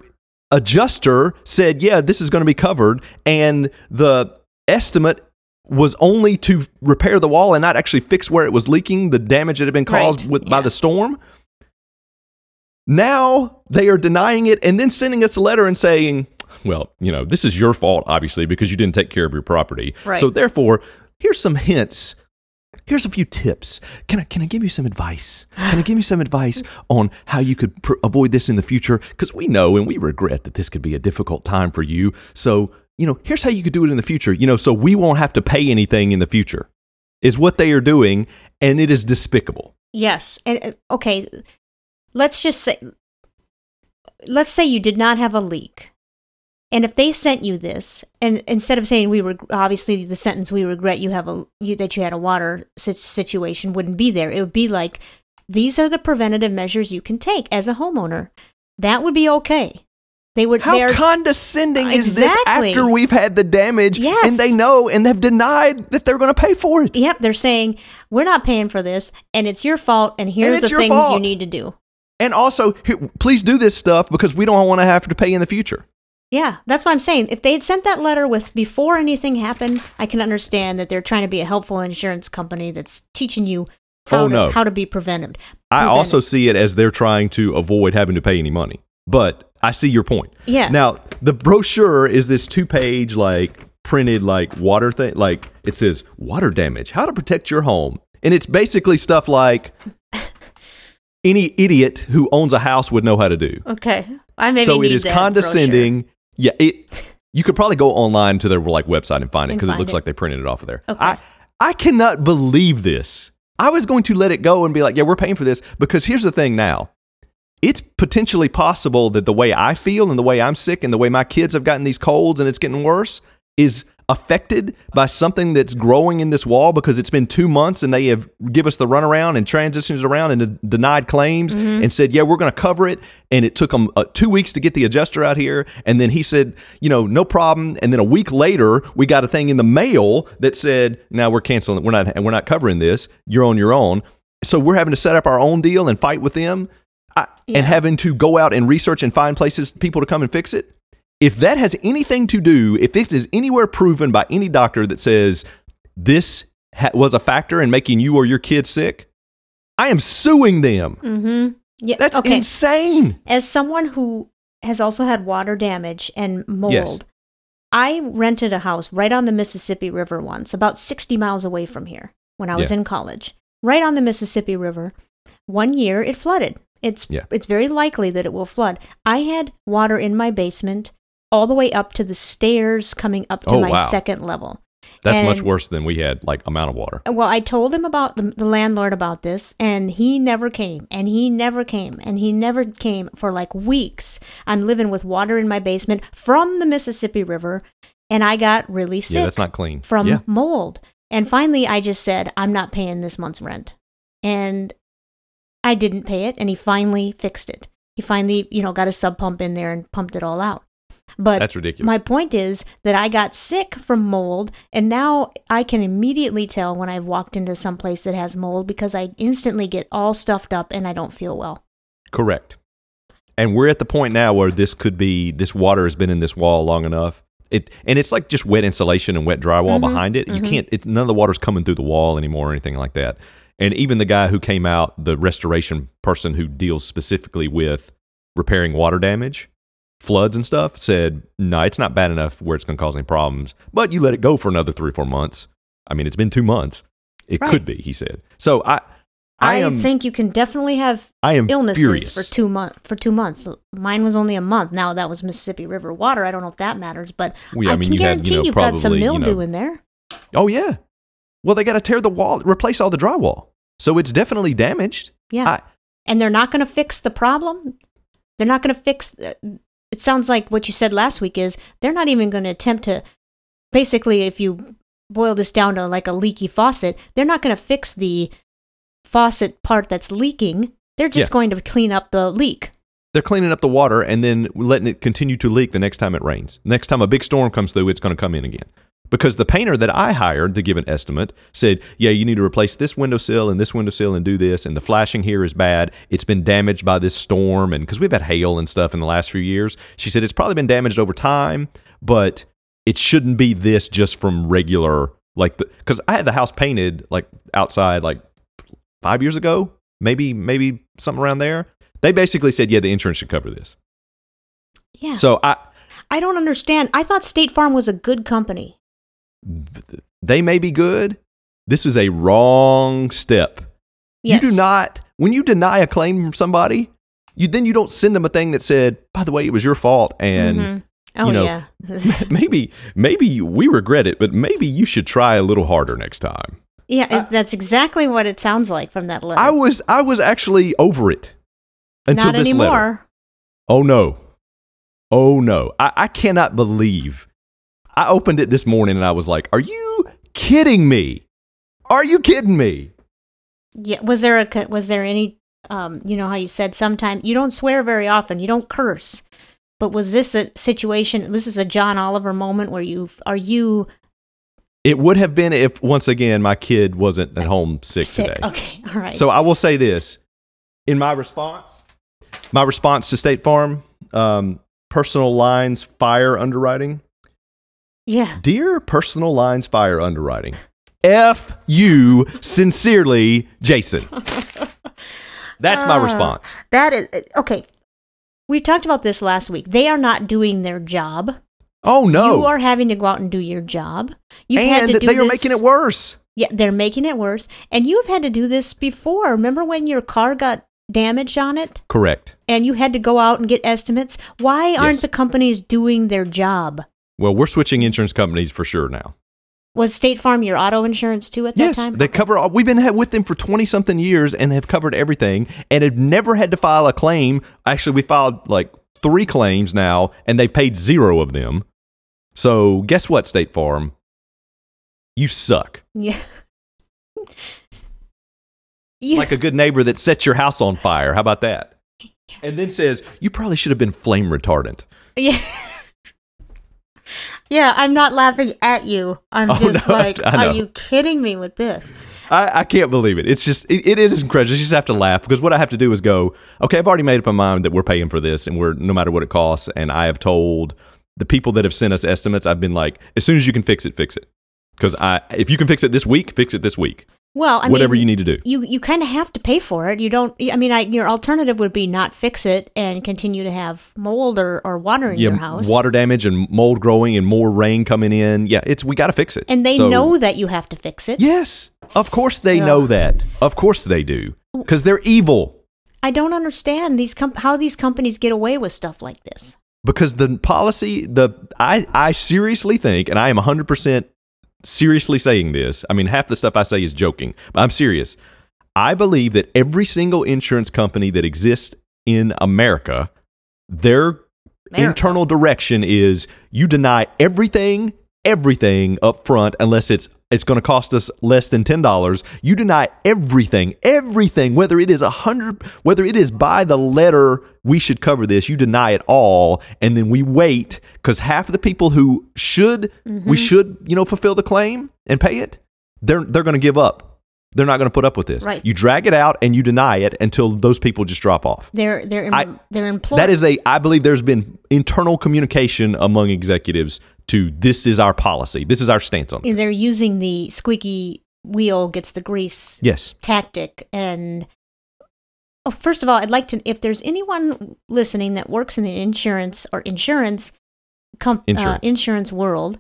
Speaker 1: adjuster said, "Yeah, this is going to be covered," and the estimate was only to repair the wall and not actually fix where it was leaking, the damage that had been caused
Speaker 2: Right,
Speaker 1: with, by
Speaker 2: yeah.
Speaker 1: the storm. Now they are denying it and then sending us a letter and saying, well, you know, this is your fault, obviously, because you didn't take care of your property.
Speaker 2: Right.
Speaker 1: So therefore, here's some hints. Here's a few tips. Can I can I give you some advice? Can I give you some advice on how you could pr- avoid this in the future? Because we know and we regret that this could be a difficult time for you. So you know, here's how you could do it in the future. You know, so we won't have to pay anything in the future. Is what they are doing, and it is despicable.
Speaker 2: Yes. And uh, okay, let's just say let's say you did not have a leak. And if they sent you this and instead of saying we were obviously the sentence we regret you have a you, that you had a water si- situation wouldn't be there. It would be like these are the preventative measures you can take as a homeowner. That would be okay. They would
Speaker 1: How
Speaker 2: they're
Speaker 1: condescending is this
Speaker 2: Exactly.
Speaker 1: after we've had the damage
Speaker 2: Yes.
Speaker 1: and they know and have denied that they're going to pay for it?
Speaker 2: Yep, they're saying we're not paying for this, and it's your fault, and here's
Speaker 1: it's
Speaker 2: the
Speaker 1: your
Speaker 2: things you
Speaker 1: fault.
Speaker 2: need to do.
Speaker 1: And also, here, please do this stuff because we don't want to have to pay in the future.
Speaker 2: Yeah, that's what I'm saying. If they had sent that letter with before anything happened, I can understand that they're trying to be a helpful insurance company that's teaching you how
Speaker 1: Oh,
Speaker 2: to,
Speaker 1: no.
Speaker 2: how to be prevented.
Speaker 1: I also
Speaker 2: prevented.
Speaker 1: see it as they're trying to avoid having to pay any money. But I see your point.
Speaker 2: Yeah.
Speaker 1: Now, the brochure is this two page, like, printed, like, water thing. Like, it says water damage, how to protect your home. And it's basically stuff like any idiot who owns a house would know how to do.
Speaker 2: okay, I maybe
Speaker 1: so it
Speaker 2: need
Speaker 1: is
Speaker 2: that
Speaker 1: condescending. Yeah, it. You could probably go online to their like website and find it
Speaker 2: And
Speaker 1: because it
Speaker 2: find
Speaker 1: looks
Speaker 2: it.
Speaker 1: like they printed it off of there.
Speaker 2: Okay.
Speaker 1: I I cannot believe this. I was going to let it go and be like, yeah, we're paying for this because here's the thing now. It's potentially possible that the way I feel and the way I'm sick and the way my kids have gotten these colds and it's getting worse is affected by something that's growing in this wall because it's been two months and they have give us the runaround and transitions around and de- denied claims and said, yeah, we're going to cover it. And it took them uh, two weeks to get the adjuster out here. And then he said, you know, no problem. And then a week later, we got a thing in the mail that said, now we're canceling. We're not, we're not covering this. You're on your own. So we're having to set up our own deal and fight with them. I,
Speaker 2: Yeah.
Speaker 1: And having to go out and research and find places, people to come and fix it if that has anything to do, if it is anywhere proven by any doctor that says this ha- was a factor in making you or your kid sick, I am suing them.
Speaker 2: Mm-hmm. Yeah.
Speaker 1: That's
Speaker 2: okay.
Speaker 1: insane.
Speaker 2: As someone who has also had water damage and mold,
Speaker 1: Yes.
Speaker 2: I rented a house right on the Mississippi River once, about 60 miles away from here when I was
Speaker 1: Yeah.
Speaker 2: in college, right on the Mississippi River. One year it flooded. It's
Speaker 1: Yeah.
Speaker 2: it's very likely that it will flood. I had water in my basement all the way up to the stairs coming up to
Speaker 1: Oh,
Speaker 2: my
Speaker 1: wow.
Speaker 2: second level.
Speaker 1: That's
Speaker 2: And-
Speaker 1: much worse than we had, like amount of water.
Speaker 2: Well, I told him about the, the landlord about this, and he never came, and he never came, and he never came for like weeks. I'm living with water in my basement from the Mississippi River, and I got really sick
Speaker 1: Yeah, that's not clean.
Speaker 2: from
Speaker 1: yeah.
Speaker 2: mold. And finally, I just said, I'm not paying this month's rent. And I didn't pay it, and he finally fixed it. He finally, you know, got a sub pump in there and pumped it all out. But
Speaker 1: That's ridiculous.
Speaker 2: my point is that I got sick from mold, and now I can immediately tell when I've walked into some place that has mold because I instantly get all stuffed up and I don't feel well.
Speaker 1: Correct. And we're at the point now where this could be this water has been in this wall long enough. It and it's like just wet insulation and wet drywall
Speaker 2: Mhm,
Speaker 1: behind it. You
Speaker 2: mhm.
Speaker 1: can't. It, none of the water's coming through the wall anymore or anything like that. And even the guy who came out, the restoration person who deals specifically with repairing water damage, floods and stuff, said, "No, it's not bad enough where it's going to cause any problems." But you let it go for another three or four months. I mean, it's been two months. It
Speaker 2: Right.
Speaker 1: could be, he said. So I, I,
Speaker 2: I,
Speaker 1: am,
Speaker 2: think you can definitely have
Speaker 1: I am
Speaker 2: illnesses
Speaker 1: furious.
Speaker 2: for two month for two months. Mine was only a month. Now that was Mississippi River water. I don't know if that matters, but
Speaker 1: Well, yeah,
Speaker 2: I,
Speaker 1: I mean,
Speaker 2: can
Speaker 1: you had, you
Speaker 2: guarantee
Speaker 1: know,
Speaker 2: you've got some
Speaker 1: probably, you know,
Speaker 2: mildew in there.
Speaker 1: Oh yeah. Well, they got to tear the wall, replace all the drywall. So it's definitely damaged.
Speaker 2: Yeah,
Speaker 1: I-
Speaker 2: and they're not going to fix the problem. They're not going to fix. It sounds like what you said last week is they're not even going to attempt to. Basically, if you boil this down to like a leaky faucet, they're not going to fix the faucet part that's leaking. They're just
Speaker 1: Yeah.
Speaker 2: going to clean up the leak.
Speaker 1: they're cleaning up the water and then letting it continue to leak the next time it rains. Next time a big storm comes through, it's going to come in again. Because the painter that I hired to give an estimate said, Yeah, you need to replace this windowsill and this windowsill and do this. And the flashing here is bad. It's been damaged by this storm. And because we've had hail and stuff in the last few years, she said it's probably been damaged over time, but it shouldn't be this just from regular, like, because I had the house painted like outside like five years ago, maybe, maybe something around there. They basically said, Yeah, the insurance should cover this.
Speaker 2: Yeah.
Speaker 1: So I,
Speaker 2: I don't understand. I thought State Farm was a good company.
Speaker 1: they may be good. This is a wrong step.
Speaker 2: Yes.
Speaker 1: You do not when you deny a claim from somebody, you then you don't send them a thing that said, by the way, it was your fault and
Speaker 2: Mhm. Oh
Speaker 1: you know,
Speaker 2: yeah.
Speaker 1: maybe maybe we regret it, but maybe you should try a little harder next time.
Speaker 2: yeah, it- that's exactly what it sounds like from that letter.
Speaker 1: I was I was actually over it until
Speaker 2: not
Speaker 1: this
Speaker 2: anymore.
Speaker 1: letter. Oh no. Oh no. I, I cannot believe. I opened it this morning and I was like, are you kidding me? Are you kidding me?
Speaker 2: Yeah. Was there a co- was there any um you know how you said sometimes you don't swear very often, you don't curse. But was this a situation this is a John Oliver moment where you are you
Speaker 1: It would have been if once again my kid wasn't at home sick,
Speaker 2: sick?
Speaker 1: today.
Speaker 2: Okay. All right.
Speaker 1: So I will say this in my response, my response to State Farm, um, personal lines fire underwriting.
Speaker 2: yeah.
Speaker 1: Dear personal lines fire underwriting, F you sincerely, Jason. That's my
Speaker 2: Ah.
Speaker 1: response.
Speaker 2: That is okay. We talked about this last week. They are not doing their job.
Speaker 1: Oh no.
Speaker 2: You are having to go out and do your job. You've had
Speaker 1: and
Speaker 2: to do
Speaker 1: they are
Speaker 2: this-
Speaker 1: making it worse.
Speaker 2: Yeah, they're making it worse. And you've had to do this before. Remember when your car got damaged on it?
Speaker 1: Correct.
Speaker 2: and you had to go out and get estimates. Why aren't
Speaker 1: Yes.
Speaker 2: the companies doing their job?
Speaker 1: Well, we're switching insurance companies for sure now.
Speaker 2: Was State Farm your auto insurance too at
Speaker 1: Yes,
Speaker 2: that time?
Speaker 1: they cover. All, we've been ha- with them for twenty something years and have covered everything, and have never had to file a claim. Actually, we filed like three claims now, and they paid zero of them. So, guess what, State Farm? You suck.
Speaker 2: Yeah. yeah.
Speaker 1: Like a good neighbor that sets your house on fire. How about that? And then says, you probably should have been flame retardant.
Speaker 2: yeah. Yeah, I'm not laughing at you. I'm
Speaker 1: Oh,
Speaker 2: just
Speaker 1: no, I-
Speaker 2: like,
Speaker 1: I know.
Speaker 2: are you kidding me with this?
Speaker 1: I, I can't believe it. It's just, it, it is incredible. You just have to laugh because what I have to do is go, okay, I've already made up my mind that we're paying for this and we're, no matter what it costs. And I have told the people that have sent us estimates, I've been like, as soon as you can fix it, fix it. Because I, if you can fix it this week, fix it this week.
Speaker 2: Well, I
Speaker 1: Whatever
Speaker 2: mean,
Speaker 1: you need to do.
Speaker 2: you you kind of have to pay for it. You don't. I mean, I, your alternative would be not fix it and continue to have mold or, or water in your house.
Speaker 1: water damage and mold growing and more rain coming in. Yeah, it's we got to fix it.
Speaker 2: and they
Speaker 1: So-
Speaker 2: know that you have to fix it.
Speaker 1: Yes, of course they know
Speaker 2: Ugh.
Speaker 1: that. Of course they do, because they're evil.
Speaker 2: I don't understand these com- how these companies get away with stuff like this.
Speaker 1: Because the policy, the I, I seriously think, and I am hundred percent seriously saying this. I mean, half the stuff I say is joking, but I'm serious. I believe that every single insurance company that exists in America, their
Speaker 2: America.
Speaker 1: internal direction is you deny everything, everything up front unless it's it's going to cost us less than ten dollars. You deny everything, everything, whether it is a hundred, whether it is by the letter we should cover this. You deny it all, and then we wait because half of the people who should we should you know fulfill the claim and pay it, they're they're going to give up. They're not going to put up with this.
Speaker 2: Right.
Speaker 1: You drag it out and you deny it until those people just drop off.
Speaker 2: They're they're em-
Speaker 1: I-
Speaker 2: they're employed.
Speaker 1: That is a, I believe there's been internal communication among executives to this is our policy. This is our stance on this.
Speaker 2: they're using the squeaky wheel gets the grease
Speaker 1: Yes.
Speaker 2: tactic and oh, first of all i'd like to if there's anyone listening that works in the insurance or insurance com-
Speaker 1: Insurance.
Speaker 2: Uh, insurance world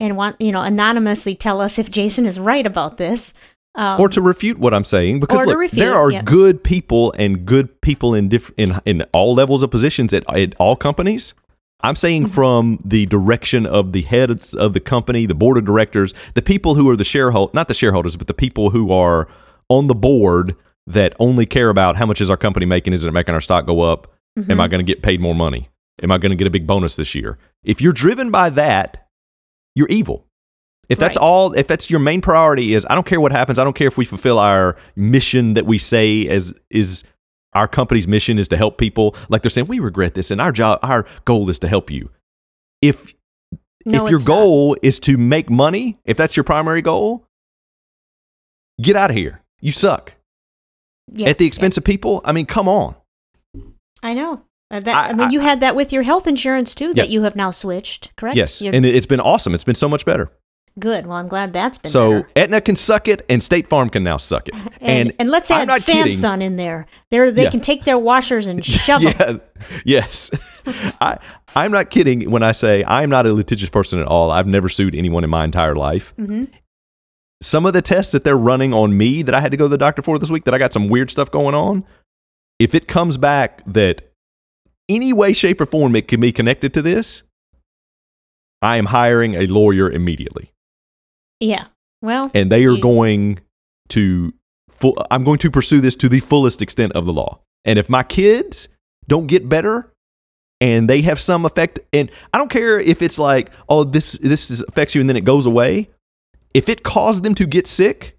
Speaker 2: and want you know anonymously tell us if jason is right about this um,
Speaker 1: or to refute what I'm saying, because
Speaker 2: or to
Speaker 1: look,
Speaker 2: refute,
Speaker 1: there are
Speaker 2: yeah.
Speaker 1: good people and good people in, diff- in in all levels of positions at, at all companies. I'm saying
Speaker 2: Mm-hmm.
Speaker 1: from the direction of the heads of the company, the board of directors, the people who are the shareholders, not the shareholders, but the people who are on the board that only care about how much is our company making? Is it making our stock go up? Am
Speaker 2: Mm-hmm.
Speaker 1: I going to get paid more money? Am I going to get a big bonus this year? If you're driven by that, you're evil. If that's
Speaker 2: Right.
Speaker 1: all, if that's your main priority is, I don't care what happens. I don't care if we fulfill our mission that we say as is our company's mission is to help people. Like they're saying, we regret this, and our job, our goal is to help you. If
Speaker 2: no,
Speaker 1: if your
Speaker 2: it's not.
Speaker 1: goal is to make money, if that's your primary goal, get out of here. You suck
Speaker 2: Yeah,
Speaker 1: at the expense of people. I mean, come on.
Speaker 2: i know Uh, that,
Speaker 1: I-
Speaker 2: I, mean
Speaker 1: I-
Speaker 2: you had that with your health insurance too
Speaker 1: Yeah.
Speaker 2: that you have now switched correct
Speaker 1: Yes,
Speaker 2: You're
Speaker 1: and it- it's been awesome. It's been so much better.
Speaker 2: good well i'm glad that's been
Speaker 1: so
Speaker 2: better.
Speaker 1: Aetna can suck it, and State Farm can now suck it.
Speaker 2: And, and, let's
Speaker 1: I'm
Speaker 2: add
Speaker 1: not kidding.
Speaker 2: Samsung in there. They're, they
Speaker 1: Yeah.
Speaker 2: can take their washers and shove them.
Speaker 1: yeah, yes. I I'm not kidding when I say I'm not a litigious person at all. I've never sued anyone in my entire life.
Speaker 2: Mm-hmm.
Speaker 1: Some of the tests that they're running on me that I had to go to the doctor for this week that I got some weird stuff going on. If it comes back that any way, shape, or form it can be connected to this, I am hiring a lawyer immediately.
Speaker 2: Yeah. Well,
Speaker 1: and they are
Speaker 2: you-
Speaker 1: going to full, I'm going to pursue this to the fullest extent of the law. And if my kids don't get better and they have some effect and I don't care if it's like oh this this is, affects you and then it goes away. If it caused them to get sick,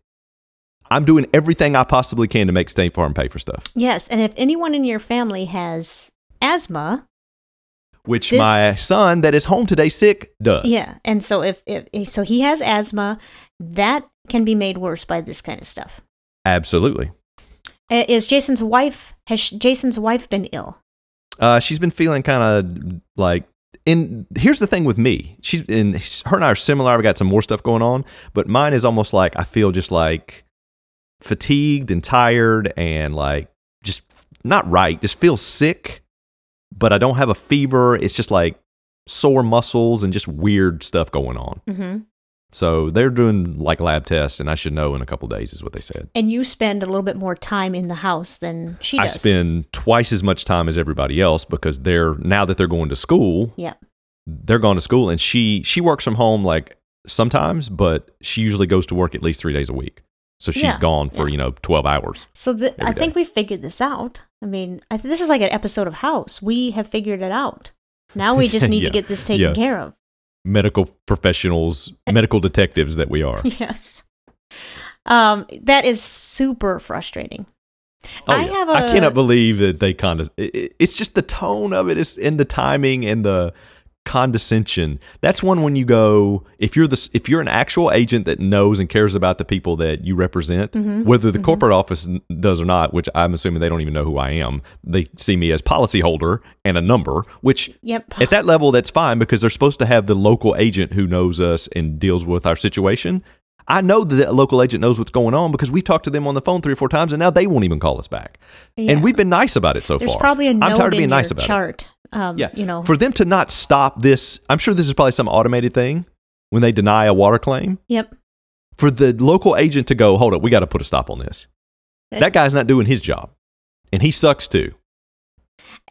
Speaker 1: I'm doing everything I possibly can to make State Farm pay for stuff,
Speaker 2: Yes, and if anyone in your family has asthma,
Speaker 1: which
Speaker 2: This-
Speaker 1: my son that is home today sick does.
Speaker 2: yeah, and so if, if if- so, he has asthma, that can be made worse by this kind of stuff.
Speaker 1: Absolutely.
Speaker 2: Uh, Is Jason's wife has sh- Jason's wife been ill?
Speaker 1: Uh, she's been feeling kind of like. And here's the thing with me. She's in her and I are similar. I've got some more stuff going on, but mine is almost like I feel just like fatigued and tired and like just not right. Just feel sick, but I don't have a fever. It's just like sore muscles and just weird stuff going on.
Speaker 2: Mm-hmm.
Speaker 1: So they're doing like lab tests, and I should know in a couple days, is what they said.
Speaker 2: And you spend a little bit more time in the house than she
Speaker 1: I
Speaker 2: does.
Speaker 1: spend twice as much time as everybody else because they're now that they're going to school,
Speaker 2: Yeah.
Speaker 1: they're gone to school and she she works from home like sometimes but she usually goes to work at least three days a week so she's
Speaker 2: Yeah,
Speaker 1: gone for
Speaker 2: yeah.
Speaker 1: you know 12 hours
Speaker 2: So th- I
Speaker 1: Every
Speaker 2: think we figured this out. I mean, I th- this is like an episode of House. We have figured it out. Now we just need
Speaker 1: Yeah,
Speaker 2: to get this taken
Speaker 1: yeah.
Speaker 2: care of.
Speaker 1: medical professionals, medical detectives that we are.
Speaker 2: Yes. Um, that is super frustrating.
Speaker 1: Oh,
Speaker 2: I
Speaker 1: yeah.
Speaker 2: have
Speaker 1: I
Speaker 2: a-
Speaker 1: cannot believe that they condes. it- it- It's just the tone of it is and the timing and the condescension. That's one when you go if you're the s- if you're an actual agent that knows and cares about the people that you represent,
Speaker 2: Mm-hmm.
Speaker 1: whether the corporate office n- does or not, which I'm assuming they don't even know who I am. They see me as policyholder and a number, which
Speaker 2: Yep.
Speaker 1: at that level that's fine because they're supposed to have the local agent who knows us and deals with our situation i know that the local agent knows what's going on because we talked to them on the phone three or four times and now they won't even call us back
Speaker 2: Yeah.
Speaker 1: and we've been nice about it so
Speaker 2: There's
Speaker 1: far
Speaker 2: probably a note
Speaker 1: i'm tired of
Speaker 2: in
Speaker 1: being nice
Speaker 2: your
Speaker 1: about it
Speaker 2: chart. Um,
Speaker 1: yeah
Speaker 2: You know.
Speaker 1: for them to not stop this i'm sure this is probably some automated thing when they deny a water claim
Speaker 2: yep.
Speaker 1: for the local agent to go hold up we got to put a stop on this
Speaker 2: Uh,
Speaker 1: that guy's not doing his job and he sucks too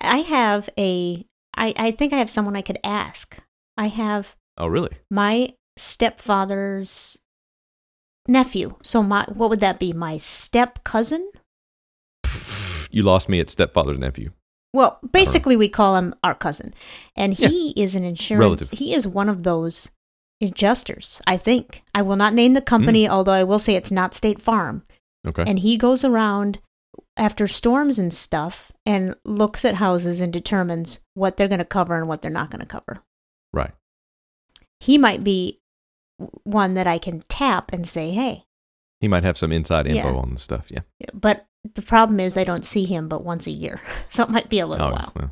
Speaker 2: I have a. I I think I have someone I could ask. I have
Speaker 1: oh really
Speaker 2: my stepfather's nephew. So my what would that be? My step cousin?
Speaker 1: you lost me at stepfather's nephew
Speaker 2: Well, basically, we call him our cousin, and
Speaker 1: Uh-huh. Yeah.
Speaker 2: he is an insurance.
Speaker 1: Relative.
Speaker 2: He is one of those adjusters. I think I will not name the company, although I will say it's not State Farm.
Speaker 1: Mm. okay
Speaker 2: And he goes around after storms and stuff, and looks at houses and determines what they're going to cover and what they're not going to cover.
Speaker 1: right
Speaker 2: He might be w- one that I can tap and say, "Hey,"
Speaker 1: He might have some inside info
Speaker 2: Yeah.
Speaker 1: on the stuff. Yeah.
Speaker 2: but the problem is I don't see him but once a year, so it might be a little
Speaker 1: Oh,
Speaker 2: while.
Speaker 1: well,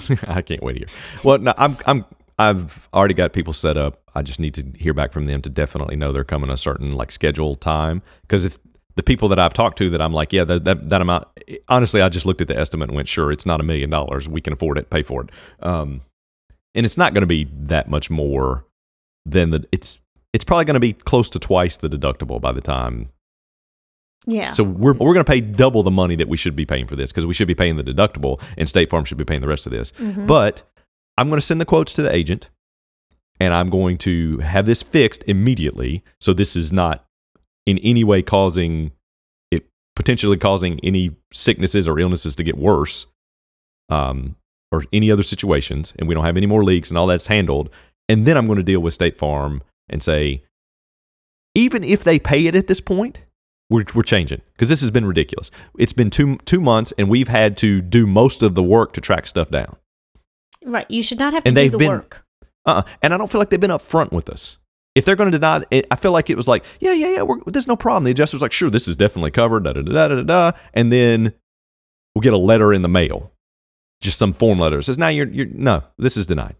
Speaker 1: I can't wait here. Well, no, I'm, I'm, I've already got people set up. I just need to hear back from them to definitely know they're coming a certain like schedule time. Because if the people that I've talked to that I'm like, yeah, that, that, that amount, honestly, I just looked at the estimate and went, sure, it's not a million dollars. We can afford it, pay for it. Um, and it's not going to be that much more than the, it's, it's probably going to be close to twice the deductible by the time
Speaker 2: Yeah.
Speaker 1: So we're, we're going to pay double the money that we should be paying for this because we should be paying the deductible and State Farm should be paying the rest of this.
Speaker 2: Mhm.
Speaker 1: But I'm going to send the quotes to the agent and I'm going to have this fixed immediately. So this is not in any way causing it potentially causing any sicknesses or illnesses to get worse um, or any other situations. And we don't have any more leaks and all that's handled. And then I'm going to deal with State Farm and say, even if they pay it at this point, we're, we're changing because this has been ridiculous. It's been two, two months and we've had to do most of the work to track stuff down.
Speaker 2: right, you should not have to
Speaker 1: And
Speaker 2: do
Speaker 1: they've
Speaker 2: the
Speaker 1: been-
Speaker 2: work.
Speaker 1: Uh-uh. And I don't feel like they've been upfront with us. If they're going to deny it, I feel like it was like, yeah, yeah, yeah, we're, there's no problem. The adjuster's like, sure, this is definitely covered, da da da da da da. And then we'll get a letter in the mail, just some form letter. It says, now you're, you're, no, this is denied.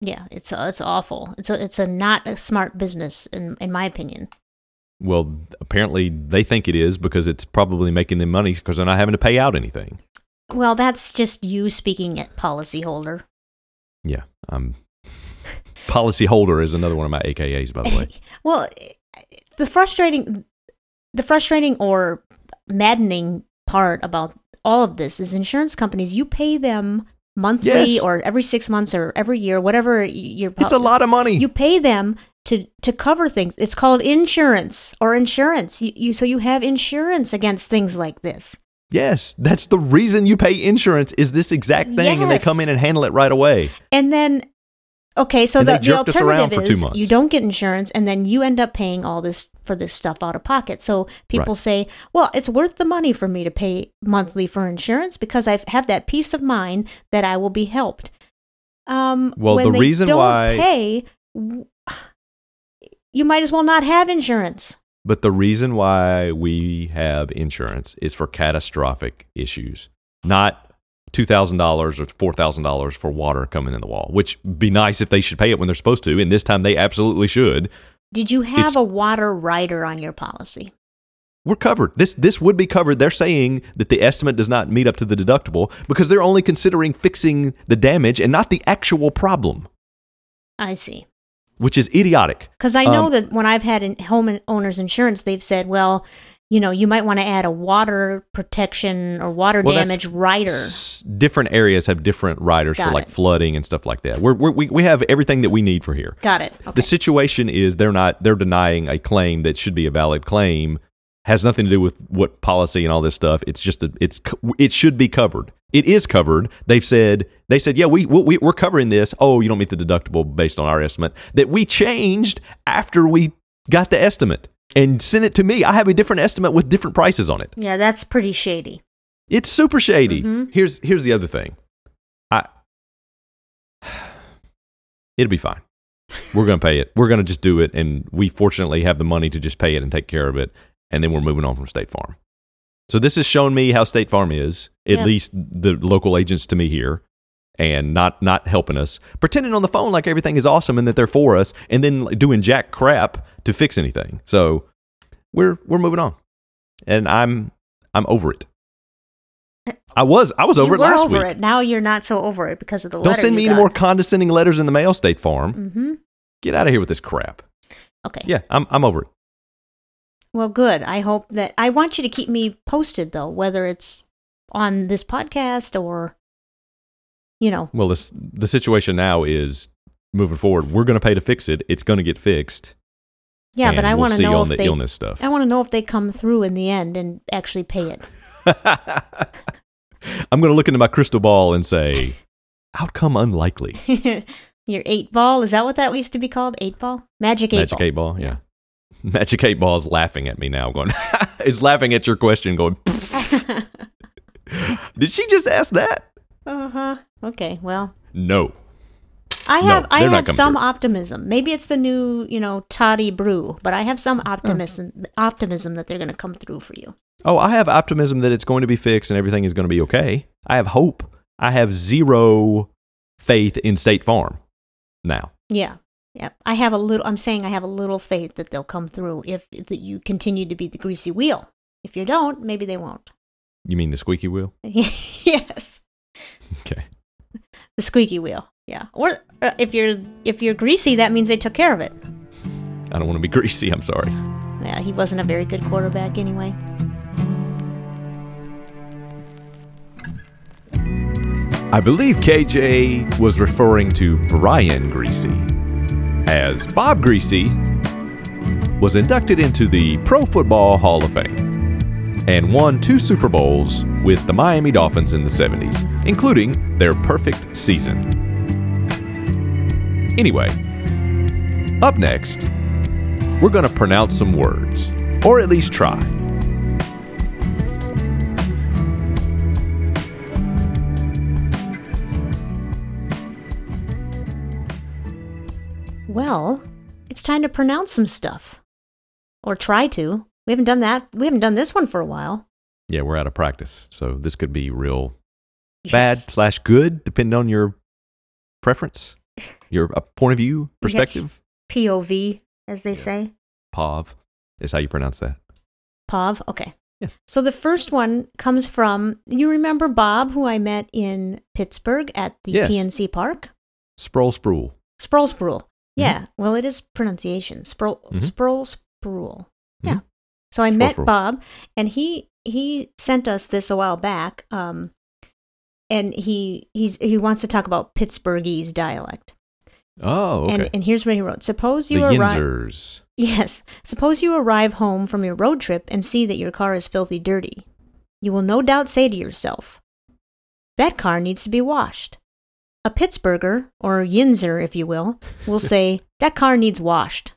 Speaker 2: Yeah, it's it's awful. It's a, it's a not a smart business in in my opinion.
Speaker 1: Well, apparently they think it is because it's probably making them money because they're not having to pay out anything.
Speaker 2: Well, that's just you speaking at policyholder.
Speaker 1: Yeah. Um, policyholder is another one of my AKAs, by the way.
Speaker 2: well, the frustrating the frustrating or maddening part about all of this is insurance companies. You pay them monthly
Speaker 1: Yes.
Speaker 2: or every six months or every year, whatever y- your po-
Speaker 1: It's a lot of money.
Speaker 2: you pay them to to cover things. It's called insurance or insurance. You, you so you have insurance against things like this.
Speaker 1: Yes, that's the reason you pay insurance is this exact thing, and they
Speaker 2: Yes.
Speaker 1: come in and handle it right away.
Speaker 2: And then, okay, so
Speaker 1: And
Speaker 2: the,
Speaker 1: they
Speaker 2: the
Speaker 1: jerked us around
Speaker 2: alternative
Speaker 1: for two
Speaker 2: is
Speaker 1: months.
Speaker 2: you don't get insurance, and then you end up paying all this for this stuff out of pocket. So people
Speaker 1: Right.
Speaker 2: say, well, it's worth the money for me to pay monthly for insurance because I have that peace of mind that I will be helped. Um,
Speaker 1: Well,
Speaker 2: when
Speaker 1: the
Speaker 2: they
Speaker 1: reason
Speaker 2: don't
Speaker 1: why-
Speaker 2: pay, w- you might as well not have insurance.
Speaker 1: But the reason why we have insurance is for catastrophic issues, not $2,000 or $4,000 for water coming in the wall, which be nice if they should pay it when they're supposed to. And this time they absolutely should.
Speaker 2: Did you have
Speaker 1: It's-
Speaker 2: a water rider on your policy?
Speaker 1: We're covered. This, this would be covered. They're saying that the estimate does not meet up to the deductible because they're only considering fixing the damage and not the actual problem,
Speaker 2: I see.
Speaker 1: which is idiotic.
Speaker 2: Because I know
Speaker 1: Um,
Speaker 2: that when I've had in home in- owners insurance, they've said, well, you know, you might want to add a water protection or water
Speaker 1: Well, that's
Speaker 2: damage rider.
Speaker 1: s- different areas have different riders for
Speaker 2: Got
Speaker 1: like
Speaker 2: it.
Speaker 1: flooding and stuff like that. We're, we're, we we have everything that we need for here.
Speaker 2: Got it. Okay.
Speaker 1: The situation is they're not they're denying a claim that should be a valid claim has nothing to do with what policy and all this stuff. It's just a, it's co- it should be covered. it is covered. They've said they said, yeah, we, we we're covering this. Oh, you don't meet the deductible based on our estimate that we changed after we got the estimate and sent it to me. I have a different estimate with different prices on it.
Speaker 2: Yeah, that's pretty shady.
Speaker 1: It's super shady.
Speaker 2: Mhm.
Speaker 1: Here's here's the other thing. I it'll be fine. We're gonna pay it. We're gonna just do it, and we fortunately have the money to just pay it and take care of it, and then we're moving on from State Farm. So this has shown me how State Farm is, at
Speaker 2: Yeah.
Speaker 1: least the local agents to me here, and not not helping us, pretending on the phone like everything is awesome and that they're for us, and then like, doing jack crap to fix anything. So we're we're moving on, and I'm I'm over it. I was I was over
Speaker 2: Uh, you
Speaker 1: it
Speaker 2: were
Speaker 1: last
Speaker 2: over
Speaker 1: week.
Speaker 2: it. Now you're not so over it because of the
Speaker 1: Don't
Speaker 2: letter
Speaker 1: send
Speaker 2: you
Speaker 1: me
Speaker 2: got.
Speaker 1: any more condescending letters in the mail, State Farm.
Speaker 2: Mm-hmm.
Speaker 1: Get out of here with this crap.
Speaker 2: Okay.
Speaker 1: Yeah, I'm, I'm over it.
Speaker 2: Well, good. I hope that I want you to keep me posted though, whether it's on this podcast or you know,
Speaker 1: Well, this, the situation now is moving forward. We're going to pay to fix it. It's going to get fixed.
Speaker 2: yeah. but
Speaker 1: and
Speaker 2: I
Speaker 1: we'll
Speaker 2: want to
Speaker 1: see
Speaker 2: know
Speaker 1: on
Speaker 2: if
Speaker 1: the
Speaker 2: they
Speaker 1: illness stuff.
Speaker 2: I want to know if they come through in the end and actually pay it.
Speaker 1: I'm going to look into my crystal ball and say, outcome unlikely.
Speaker 2: Your eight ball is that what that used to be called? Eight ball, magic eight
Speaker 1: Magic
Speaker 2: ball.
Speaker 1: eight ball. Yeah. Magic eight ball is laughing at me now. Going, is laughing at your question. Going, did she just ask that?
Speaker 2: uh huh. Okay. Well,
Speaker 1: No.
Speaker 2: I
Speaker 1: No,
Speaker 2: have I
Speaker 1: they're not coming
Speaker 2: have some
Speaker 1: through.
Speaker 2: optimism. Maybe it's the new you know toddy brew, but I have some
Speaker 1: Uh-huh.
Speaker 2: optimism optimism that they're going to come through for you.
Speaker 1: Oh, I have optimism that it's going to be fixed and everything is going to be okay. I have hope. I have zero faith in State Farm now.
Speaker 2: Yeah. Yeah. I have a little I'm saying I have a little faith that they'll come through if that you continue to be the greasy wheel. If you don't, maybe they won't.
Speaker 1: You mean the squeaky wheel?
Speaker 2: yes.
Speaker 1: Okay.
Speaker 2: The squeaky wheel. Yeah. Or uh, if you're if you're greasy, that means they took care of it.
Speaker 1: I don't want to be greasy. I'm sorry.
Speaker 2: Yeah, he wasn't a very good quarterback anyway.
Speaker 1: I believe KJ was referring to Brian Greasy, as Bob Greasy was inducted into the Pro Football Hall of Fame and won two Super Bowls with the Miami Dolphins in the 70s, including their perfect season. Anyway, up next, we're going to pronounce some words, or at least try.
Speaker 2: Well, it's time to pronounce some stuff. Or try to. We haven't done that. We haven't done this one for a while.
Speaker 1: Yeah, we're out of practice, so this could be real
Speaker 2: Yes.
Speaker 1: bad slash good, depending on your preference, your uh, point of view, perspective.
Speaker 2: POV as they say.
Speaker 1: Pav is how you pronounce that.
Speaker 2: Pav. Okay.
Speaker 1: Yeah.
Speaker 2: So the first one comes from you remember Bob, who I met in Pittsburgh at the
Speaker 1: Yes.
Speaker 2: PNC Park,
Speaker 1: Sproul Sproul.
Speaker 2: Sproul Sproul.
Speaker 1: Mm-hmm.
Speaker 2: Yeah. Well, it is pronunciation. Sproul
Speaker 1: Mhm.
Speaker 2: Sproul Sproul. Yeah.
Speaker 1: Mhm.
Speaker 2: So I
Speaker 1: Sproul
Speaker 2: met
Speaker 1: Sproul.
Speaker 2: Bob, and he he sent us this a while back. Um, and he he's he wants to talk about Pittsburghese dialect.
Speaker 1: Oh, okay.
Speaker 2: And and here's what he wrote: Suppose
Speaker 1: the
Speaker 2: you arrive.
Speaker 1: Yinzers.
Speaker 2: Yes. Suppose you arrive home from your road trip and see that your car is filthy dirty. You will no doubt say to yourself, That car needs to be washed. A Pittsburgher, or Yinzer, if you will, will say, That car needs washed.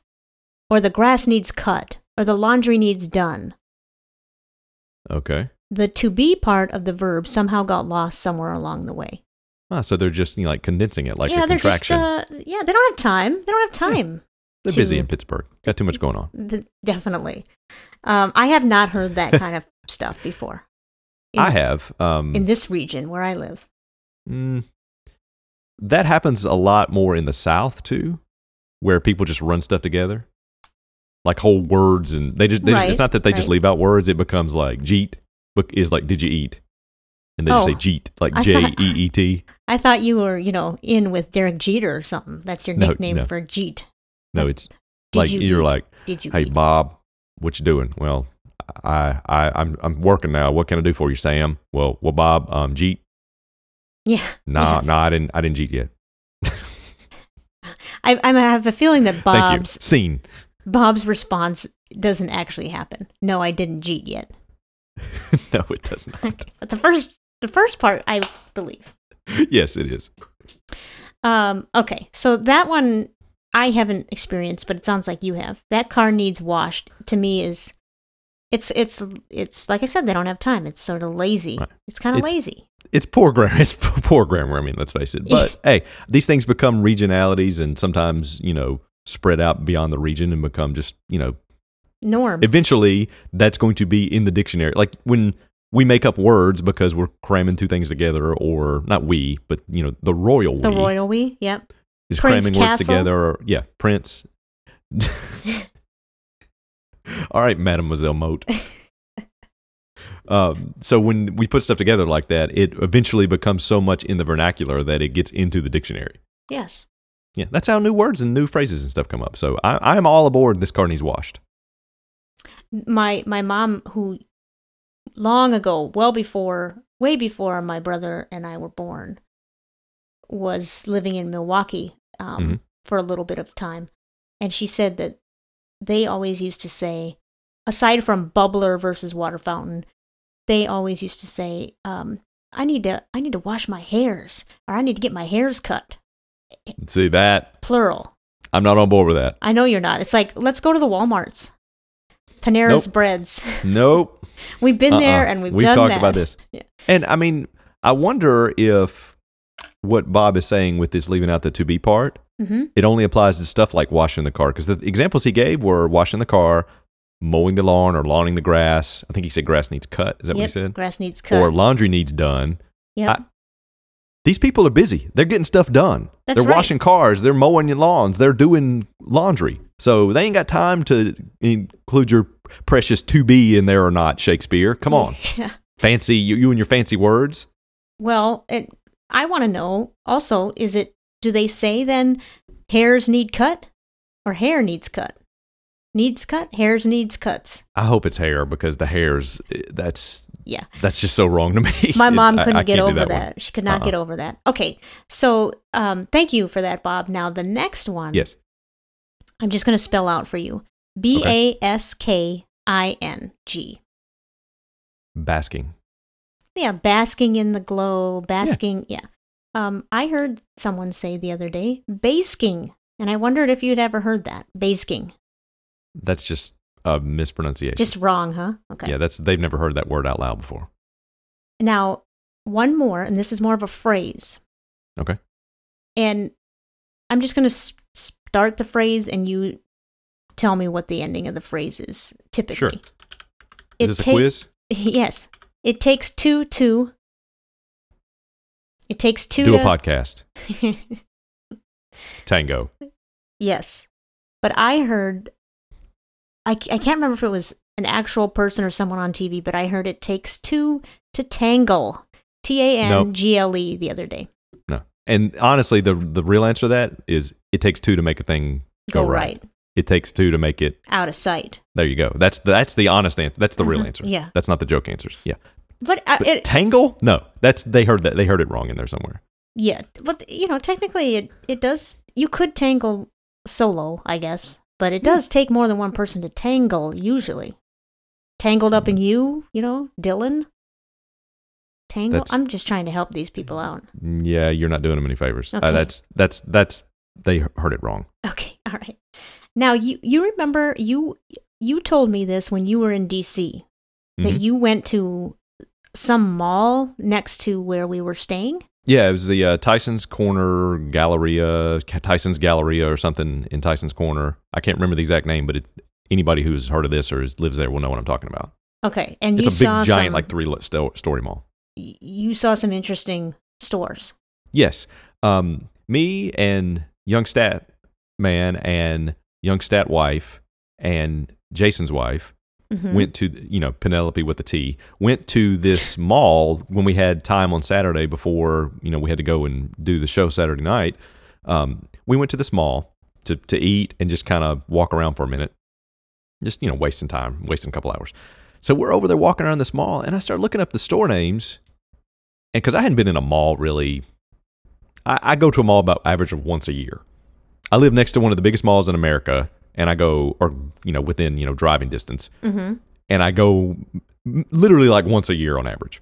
Speaker 2: Or the grass needs cut. Or the laundry needs done.
Speaker 1: Okay.
Speaker 2: The to be part of the verb somehow got lost somewhere along the way.
Speaker 1: Ah, so they're just you know, like condensing it, like
Speaker 2: yeah,
Speaker 1: a
Speaker 2: they're just,
Speaker 1: contraction.
Speaker 2: uh, yeah, they don't have time. They don't have
Speaker 1: Yeah.
Speaker 2: time.
Speaker 1: they're busy
Speaker 2: to-
Speaker 1: in Pittsburgh. Got too much going on.
Speaker 2: Th- definitely. Um, I have not heard that kind of stuff before. In-
Speaker 1: I have. Um,
Speaker 2: in this region where I live.
Speaker 1: mm, that happens a lot more in the South too, where people just run stuff together, like whole words, and they just, they just it's
Speaker 2: Right,
Speaker 1: not that they just
Speaker 2: right.
Speaker 1: leave out words. It becomes like jeet bec- is like did you eat, and they just
Speaker 2: Oh.
Speaker 1: say jeet like
Speaker 2: I
Speaker 1: J E
Speaker 2: thought-
Speaker 1: E T.
Speaker 2: I thought you were, you know, in with Derek Jeter or something. That's your
Speaker 1: No,
Speaker 2: nickname
Speaker 1: no.
Speaker 2: for Jeet.
Speaker 1: No,
Speaker 2: Like,
Speaker 1: it's
Speaker 2: Did
Speaker 1: like
Speaker 2: you
Speaker 1: you're
Speaker 2: eat?
Speaker 1: like,
Speaker 2: Did you
Speaker 1: hey
Speaker 2: eat?
Speaker 1: Bob, what you doing? Well, I I I'm I'm working now. What can I do for you, Sam? Well, well Bob, um jeet.
Speaker 2: Yeah.
Speaker 1: Nah,
Speaker 2: yes.
Speaker 1: nah, I didn't I didn't jeet yet.
Speaker 2: I, I have a feeling that
Speaker 1: Thank you.
Speaker 2: Bob's
Speaker 1: Scene.
Speaker 2: Bob's response doesn't actually happen. No, I didn't Jeet yet.
Speaker 1: no, it does not.
Speaker 2: but the first The first part, I believe.
Speaker 1: yes, it is.
Speaker 2: Um, okay, so that one I haven't experienced, but it sounds like you have. That car needs washed. To me, is it's it's it's like I said, they don't have time. It's sort of lazy.
Speaker 1: Right.
Speaker 2: It's kind of
Speaker 1: It's-
Speaker 2: lazy.
Speaker 1: It's poor grammar. It's poor grammar. I mean, let's face it. But hey, these things become regionalities and sometimes, you know, spread out beyond the region and become just, you know,
Speaker 2: Norm.
Speaker 1: eventually that's going to be in the dictionary. Like when we make up words because we're cramming two things together, or not we, but you know, the royal we
Speaker 2: the royal we. Yep.
Speaker 1: is
Speaker 2: Prince
Speaker 1: cramming words
Speaker 2: Castle.
Speaker 1: together. Or, yeah, Prince. All right, Mademoiselle Moat. um, so when we put stuff together like that, it eventually becomes so much in the vernacular that it gets into the dictionary.
Speaker 2: Yes.
Speaker 1: Yeah, that's how new words and new phrases and stuff come up. So I, I am all aboard. This car needs washed.
Speaker 2: My my mom, who long ago, well before, way before my brother and I were born, was living in Milwaukee um,
Speaker 1: Mhm.
Speaker 2: for a little bit of time, and she said that they always used to say, aside from bubbler versus water fountain, they always used to say, um, "I need to I need to wash my hairs, or I need to get my hairs cut."
Speaker 1: See that?
Speaker 2: Plural.
Speaker 1: I'm not on board with that.
Speaker 2: I know you're not. It's like, let's go to the Walmarts, Panera's
Speaker 1: Nope.
Speaker 2: breads.
Speaker 1: Nope.
Speaker 2: We've been there
Speaker 1: Uh-uh.
Speaker 2: and we've, done
Speaker 1: talked
Speaker 2: that.
Speaker 1: about this.
Speaker 2: Yeah.
Speaker 1: And I mean, I wonder if what Bob is saying with this leaving out the to be part,
Speaker 2: hmm
Speaker 1: it only applies to stuff like washing the car. Because the examples he gave were washing the car, mowing the lawn, or lawning the grass. I think he said grass needs cut. Is that what he
Speaker 2: Yep.
Speaker 1: said?
Speaker 2: Grass needs cut.
Speaker 1: Or uh, laundry needs done.
Speaker 2: yep.
Speaker 1: I- These people are busy. They're getting stuff done.
Speaker 2: That's
Speaker 1: they're
Speaker 2: right.
Speaker 1: washing cars. They're mowing your lawns. They're doing laundry. So they ain't got time to include your precious to be in there or not, Shakespeare. Come on.
Speaker 2: Yeah.
Speaker 1: Fancy, you, you and your fancy words.
Speaker 2: Well, it, I want to know also, is it, do they say then hairs need cut or hair needs cut? Needs cut, hairs needs cuts.
Speaker 1: I hope it's hair because the hairs eh, that's
Speaker 2: Yeah.
Speaker 1: that's just so wrong to me.
Speaker 2: My mom
Speaker 1: I- I
Speaker 2: couldn't
Speaker 1: can't
Speaker 2: get
Speaker 1: do
Speaker 2: over that.
Speaker 1: one.
Speaker 2: She could not
Speaker 1: Uh-uh.
Speaker 2: get over that. Okay. So um, thank you for that, Bob. Now, the next one.
Speaker 1: Yes.
Speaker 2: I'm just going to spell out for you B A S K I N G.
Speaker 1: Basking.
Speaker 2: Yeah, basking in the glow, basking. Yeah. Um, I heard someone say the other day, basking. And I wondered if you'd ever heard that. Basking.
Speaker 1: That's just a mispronunciation.
Speaker 2: Just wrong, huh? Okay.
Speaker 1: Yeah, that's they've never heard that word out loud before.
Speaker 2: Now, one more, and this is more of a phrase.
Speaker 1: Okay.
Speaker 2: And I'm just going to s- start the phrase, and you tell me what the ending of the phrase is typically.
Speaker 1: Sure. Is
Speaker 2: It
Speaker 1: this a
Speaker 2: ta-
Speaker 1: quiz?
Speaker 2: Yes. It takes two to. It takes two
Speaker 1: Do
Speaker 2: to.
Speaker 1: a podcast. Tango.
Speaker 2: yes. But I heard. I, c- I can't remember if it was an actual person or someone on TV, but I heard it takes two to tangle. T A N G L E the other day.
Speaker 1: No. And honestly, the the real answer to that is it takes two to make a thing go, right. It takes two to make it.
Speaker 2: Out of sight.
Speaker 1: There you go. That's the, that's the honest answer. That's the real
Speaker 2: Mhm.
Speaker 1: answer.
Speaker 2: Yeah.
Speaker 1: That's not the joke answers. Yeah.
Speaker 2: But, uh,
Speaker 1: But
Speaker 2: it,
Speaker 1: tangle? No. That's they heard that they heard it wrong in there somewhere.
Speaker 2: yeah. But, you know, technically it, it does. You could tangle solo, I guess. But
Speaker 1: Hmm.
Speaker 2: it does take more than one person to tangle, usually. Tangled up
Speaker 1: Hmm.
Speaker 2: in you, you know, Dylan. Tangle.
Speaker 1: That's-
Speaker 2: I'm just trying to help these people out.
Speaker 1: Yeah, you're not doing them any favors. Uh,
Speaker 2: Okay.
Speaker 1: that's that's that's they heard it wrong.
Speaker 2: Okay, all right. Now you you remember you you told me this when you were in DC that
Speaker 1: Mhm.
Speaker 2: you went to some mall next to where we were staying.
Speaker 1: Yeah, it was the uh, Tyson's Corner Galleria, Ca- Tyson's Galleria, or something in Tyson's Corner. I can't remember the exact name, but it, anybody who's heard of this or is, lives there will know what I'm talking about.
Speaker 2: Okay, and
Speaker 1: It's
Speaker 2: you
Speaker 1: a big,
Speaker 2: saw
Speaker 1: giant,
Speaker 2: some,
Speaker 1: like three sto- story mall.
Speaker 2: y- you saw some interesting stores.
Speaker 1: Yes, um, me and young stat man and young stat wife and Jason's wife
Speaker 2: Mhm.
Speaker 1: went to you know Penelope with the T went to this mall when we had time on Saturday before you know we had to go and do the show Saturday night. Um, we went to this mall to to eat and just kind of walk around for a minute, just you know wasting time, wasting a couple hours. So we're over there walking around this mall, and I started looking up the store names, and because I hadn't been in a mall really, I, I go to a mall about average of once a year. I live next to one of the biggest malls in America, and I go or you know within you know driving distance
Speaker 2: Mhm.
Speaker 1: and I go m- literally like once a year on average.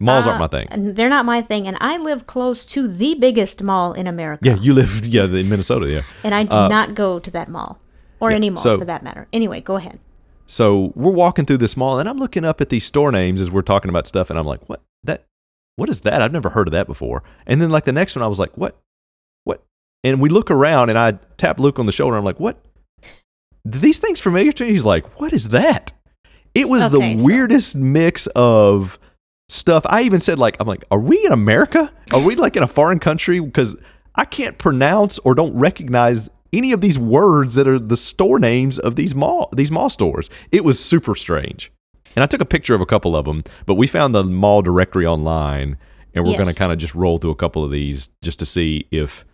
Speaker 1: Malls
Speaker 2: Uh,
Speaker 1: aren't my thing.
Speaker 2: and They're not my thing. And I live close to the biggest mall in America.
Speaker 1: Yeah, you live yeah in Minnesota. Yeah.
Speaker 2: And I do
Speaker 1: uh,
Speaker 2: not go to that mall or
Speaker 1: yeah,
Speaker 2: any malls
Speaker 1: so-
Speaker 2: for that matter. Anyway, go ahead.
Speaker 1: So we're walking through this mall, and I'm looking up at these store names as we're talking about stuff, and I'm like, "What that? What is that? I've never heard of that before." And then like the next one, I was like, "What? What?" And we look around, and I tap Luke on the shoulder. I'm like, "What? Are these things familiar to you?" He's like, "What is that?" It was
Speaker 2: Okay,
Speaker 1: the
Speaker 2: so-
Speaker 1: weirdest mix of stuff. I even said like, "I'm like, are we in America? Are we like in a foreign country?" Because I can't pronounce or don't recognize any of these words that are the store names of these mall these mall stores. It was super strange, and I took a picture of a couple of them. But we found the mall directory online, and we're
Speaker 2: Yes.
Speaker 1: going to kind of just roll through a couple of these just to see if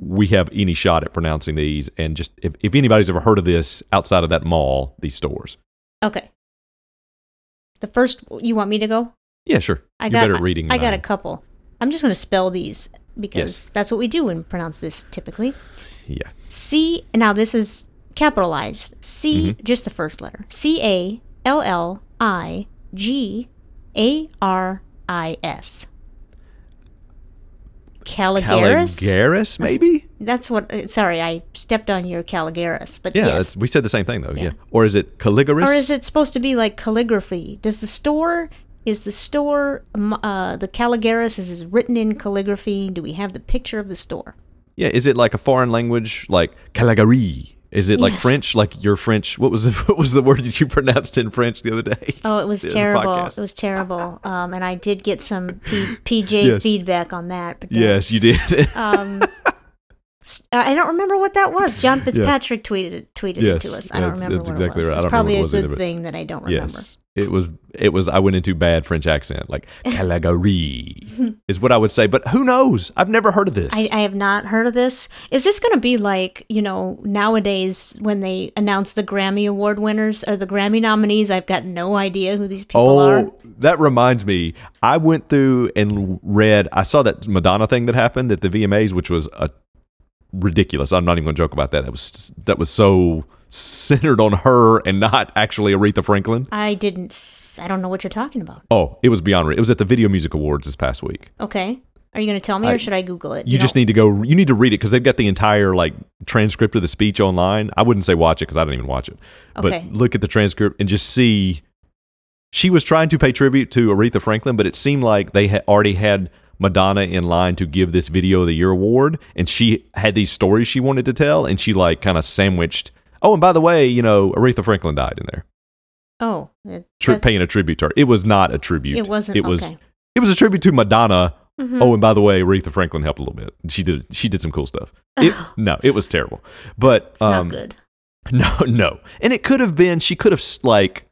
Speaker 1: we have any shot at pronouncing these, and just if, if anybody's ever heard of this outside of that mall, these stores.
Speaker 2: Okay. The first, you want me to go?
Speaker 1: Yeah, sure.
Speaker 2: I
Speaker 1: You're
Speaker 2: got,
Speaker 1: better at reading.
Speaker 2: I,
Speaker 1: than
Speaker 2: got
Speaker 1: I
Speaker 2: a
Speaker 1: am.
Speaker 2: couple. I'm just going to spell these because
Speaker 1: Yes.
Speaker 2: that's what we do when we pronounce this typically.
Speaker 1: Yeah.
Speaker 2: C. Now this is capitalized. C.
Speaker 1: Mm-hmm.
Speaker 2: Just the first letter. C A L L I G A R I S. Caligaris.
Speaker 1: Caligaris, maybe.
Speaker 2: that's what. uh, Sorry, I stepped on your Caligaris, but
Speaker 1: Yeah,
Speaker 2: yes.
Speaker 1: that's, we said the same thing though. Yeah.
Speaker 2: Yeah.
Speaker 1: Or is it Caligaris?
Speaker 2: Or is it supposed to be like calligraphy? Does the store is the store um, uh, the Caligaris is, is written in calligraphy? Do we have the picture of the store?
Speaker 1: Yeah, is it like a foreign language like Caligari? Is it like
Speaker 2: Yes.
Speaker 1: French? Like your French? What was the, what was the word that you pronounced in French the other day?
Speaker 2: Oh, it was
Speaker 1: In the
Speaker 2: terrible.
Speaker 1: podcast?
Speaker 2: It was terrible. Um, and I did get some P- PJ
Speaker 1: Yes.
Speaker 2: feedback on that. But then,
Speaker 1: yes, you did. Oh,
Speaker 2: Um, s- uh, I don't remember what that was. John Fitzpatrick tweeted it, tweeted
Speaker 1: Yes,
Speaker 2: it to us. I don't
Speaker 1: that's-
Speaker 2: remember
Speaker 1: that's
Speaker 2: what
Speaker 1: exactly
Speaker 2: it was.
Speaker 1: right. I
Speaker 2: It's
Speaker 1: don't remember
Speaker 2: probably
Speaker 1: what it
Speaker 2: a
Speaker 1: was
Speaker 2: good
Speaker 1: either, but-
Speaker 2: thing that I don't remember.
Speaker 1: yes, it was. It was. I went into bad French accent. Like Caligari is what I would say. But who knows? I've never heard of this.
Speaker 2: I, I have not heard of this. Is this going to be like, you know, nowadays when they announce the Grammy Award winners or the Grammy nominees? I've got no idea who these people are.
Speaker 1: Oh, that reminds me. I went through and read. I saw that Madonna thing that happened at the VMAs, which was a ridiculous. I'm not even going to joke about that. That was that was so centered on her and not actually Aretha Franklin.
Speaker 2: I didn't, s- I don't know what you're talking about.
Speaker 1: Oh, it was beyond. re- It was at the Video Music Awards this past week.
Speaker 2: Okay. Are you going to tell me
Speaker 1: I-
Speaker 2: or should I Google it?
Speaker 1: You, just need to go. You need to read it because they've got the entire like transcript of the speech online. I wouldn't say watch it because I didn't even watch it,
Speaker 2: Okay.
Speaker 1: but look at the transcript and just see. She was trying to pay tribute to Aretha Franklin, but it seemed like they had already had Madonna in line to give this Video of the Year award, and she had these stories she wanted to tell, and she like kind of sandwiched. Oh, and by the way, you know Aretha Franklin died in there,
Speaker 2: Oh, it,
Speaker 1: tri-
Speaker 2: that-
Speaker 1: paying a tribute to her. It was not a tribute.
Speaker 2: it wasn't.
Speaker 1: It was.
Speaker 2: okay.
Speaker 1: It was a tribute to Madonna.
Speaker 2: Mm-hmm.
Speaker 1: Oh, and by the way, Aretha Franklin helped a little bit. She did. She did some cool stuff. It, no, it was terrible. But
Speaker 2: It's
Speaker 1: um,
Speaker 2: not good.
Speaker 1: no, no, and it could have been. She could have s- like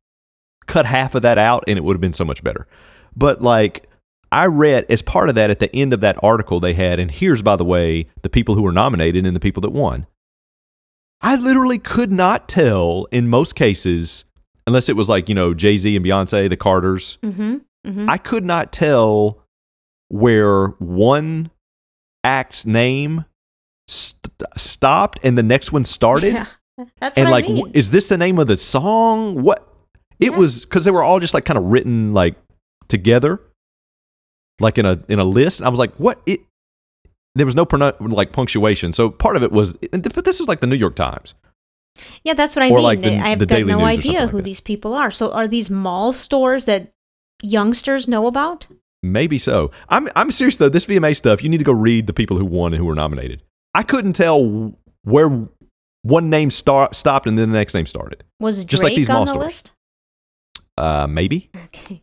Speaker 1: cut half of that out, and it would have been so much better. But like I read as part of that at the end of that article they had, and here's by the way the people who were nominated and the people that won. I literally could not tell in most cases, unless it was like you know Jay Z and Beyonce, the Carters,
Speaker 2: Mm-hmm. Mm-hmm.
Speaker 1: I could not tell where one act's name st- stopped and the next one started.
Speaker 2: That's
Speaker 1: and
Speaker 2: what
Speaker 1: like,
Speaker 2: I mean.
Speaker 1: wh- is this the name of the song? What? It
Speaker 2: Yeah.
Speaker 1: was because they were all just like kind of written like together, like in a in a list. I was like, what? It there was no pronou- like punctuation, so part of it was. But this is like the New York Times.
Speaker 2: Yeah, that's what I
Speaker 1: Or
Speaker 2: mean.
Speaker 1: like the-
Speaker 2: I've
Speaker 1: the
Speaker 2: got
Speaker 1: Daily
Speaker 2: no
Speaker 1: News or something
Speaker 2: idea
Speaker 1: like
Speaker 2: who
Speaker 1: that.
Speaker 2: these people are. So are these mall stores that youngsters know about?
Speaker 1: Maybe so. I'm I'm serious though. This VMA stuff, you need to go read the people who won and who were nominated. I couldn't tell where one name star- stopped and then the next name started.
Speaker 2: Was Drake
Speaker 1: Just like these
Speaker 2: on
Speaker 1: mall
Speaker 2: the
Speaker 1: stores.
Speaker 2: list?
Speaker 1: Uh, maybe.
Speaker 2: Okay.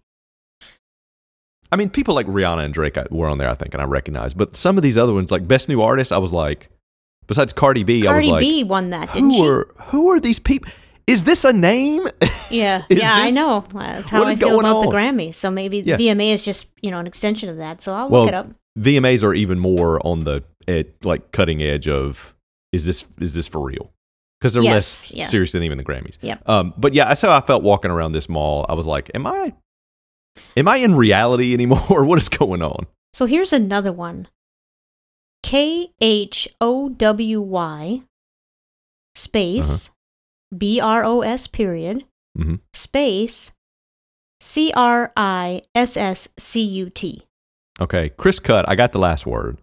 Speaker 1: I mean, people like Rihanna and Drake I- were on there, I think, and I recognized. But some of these other ones, like Best New Artist, I was like, besides Cardi B, I
Speaker 2: Cardi
Speaker 1: was like,
Speaker 2: B won that, didn't
Speaker 1: who are who are these people? Is this a name?
Speaker 2: she? Yeah,
Speaker 1: is
Speaker 2: yeah, I
Speaker 1: this-
Speaker 2: know. That's how
Speaker 1: what
Speaker 2: I
Speaker 1: is
Speaker 2: feel
Speaker 1: going
Speaker 2: about the
Speaker 1: on?
Speaker 2: Grammys. So maybe
Speaker 1: Yeah.
Speaker 2: the VMA is just you know an extension of that. So I'll
Speaker 1: Well,
Speaker 2: look it up.
Speaker 1: VMAs are even more on the at, like cutting edge of is this is this for real? Because they're
Speaker 2: Yes,
Speaker 1: less
Speaker 2: yeah.
Speaker 1: serious than even the Grammys.
Speaker 2: Yep.
Speaker 1: Um, but yeah, that's how I felt walking around this mall. I was like, am I am I in reality anymore? what is going on?
Speaker 2: So here's another one. K H O W Y
Speaker 1: Uh-huh.
Speaker 2: space B R O S period
Speaker 1: Mhm.
Speaker 2: space C R I S S C U T.
Speaker 1: Okay, Chris Cut. I got the last word.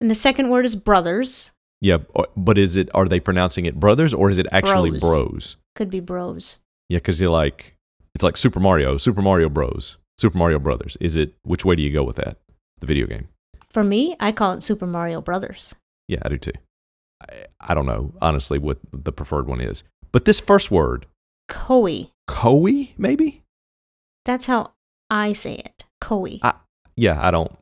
Speaker 2: And the second word is brothers.
Speaker 1: Yeah, bu- but is it? Are they pronouncing it brothers or is it actually
Speaker 2: Bros.
Speaker 1: bros?
Speaker 2: Could be bros.
Speaker 1: Yeah, because you're like, it's like Super Mario, Super Mario Bros, Super Mario Brothers. Is it? Which way do you go with that? The video game.
Speaker 2: For me, I call it Super Mario Brothers.
Speaker 1: Yeah, I do too. I, I don't know honestly what the preferred one is, but this first word,
Speaker 2: Koi.
Speaker 1: Koei, maybe.
Speaker 2: That's how I say it. Koi.
Speaker 1: I, yeah, I don't.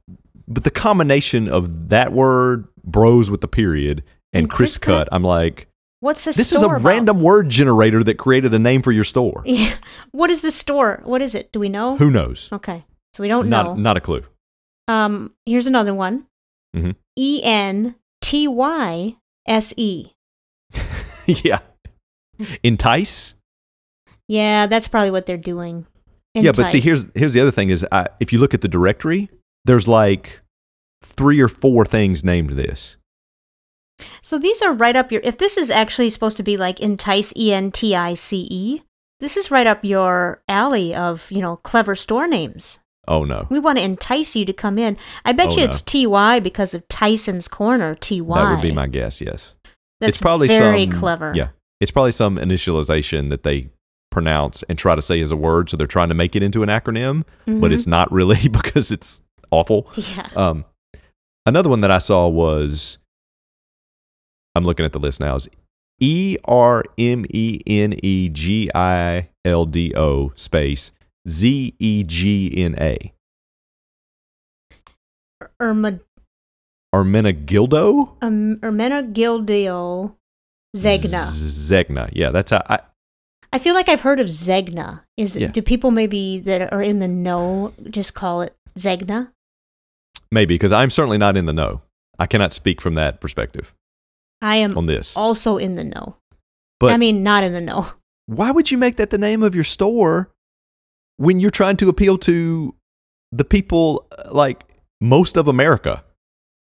Speaker 1: But the combination of that word, bros with the period, and,
Speaker 2: And
Speaker 1: Chris,
Speaker 2: Chris Cut?
Speaker 1: cut, I'm like,
Speaker 2: What's this?
Speaker 1: this is a
Speaker 2: store about?
Speaker 1: random word generator that created a name for your store.
Speaker 2: Yeah. What is the store? What is it? Do we know?
Speaker 1: Who knows?
Speaker 2: Okay. So we don't
Speaker 1: not,
Speaker 2: know.
Speaker 1: Not a clue.
Speaker 2: Um, here's another one.
Speaker 1: Mhm.
Speaker 2: E N T Y S E.
Speaker 1: yeah. Entice.
Speaker 2: Yeah, that's probably what they're doing.
Speaker 1: Yeah, but see,
Speaker 2: Entice.
Speaker 1: here's here's the other thing is I, if you look at the directory, there's like three or four things named this.
Speaker 2: So these are right up your. If this is actually supposed to be like entice, E N T I C E, this is right up your alley of you know clever store names.
Speaker 1: Oh no,
Speaker 2: We want to entice you to come in. I bet
Speaker 1: Oh,
Speaker 2: you it's
Speaker 1: no.
Speaker 2: T Y because of Tyson's Corner. T Y.
Speaker 1: that would be my guess. Yes,
Speaker 2: That's
Speaker 1: it's probably
Speaker 2: very
Speaker 1: some,
Speaker 2: clever.
Speaker 1: Yeah, it's probably some initialization that they pronounce and try to say as a word, so they're trying to make it into an acronym, but
Speaker 2: Mhm.
Speaker 1: it's not really because it's awful.
Speaker 2: Yeah.
Speaker 1: Um, another one that I saw was I'm looking at the list now is E R M E N E G I L D O space Z E G N A.
Speaker 2: Erma,
Speaker 1: Armenegildo?
Speaker 2: um, Ermenegildo Zegna.
Speaker 1: Zegna. Yeah, that's how I,
Speaker 2: I feel like I've heard of Zegna. Is
Speaker 1: Yeah.
Speaker 2: do people maybe that are in the know just call it Zegna?
Speaker 1: maybe because I'm certainly not in the know. I cannot speak from that perspective
Speaker 2: I am
Speaker 1: on this.
Speaker 2: also in the know.
Speaker 1: But
Speaker 2: Um, oh, I mean, not in the know.
Speaker 1: why would you make that the name of your store when you're trying to appeal to the people uh, like most of America?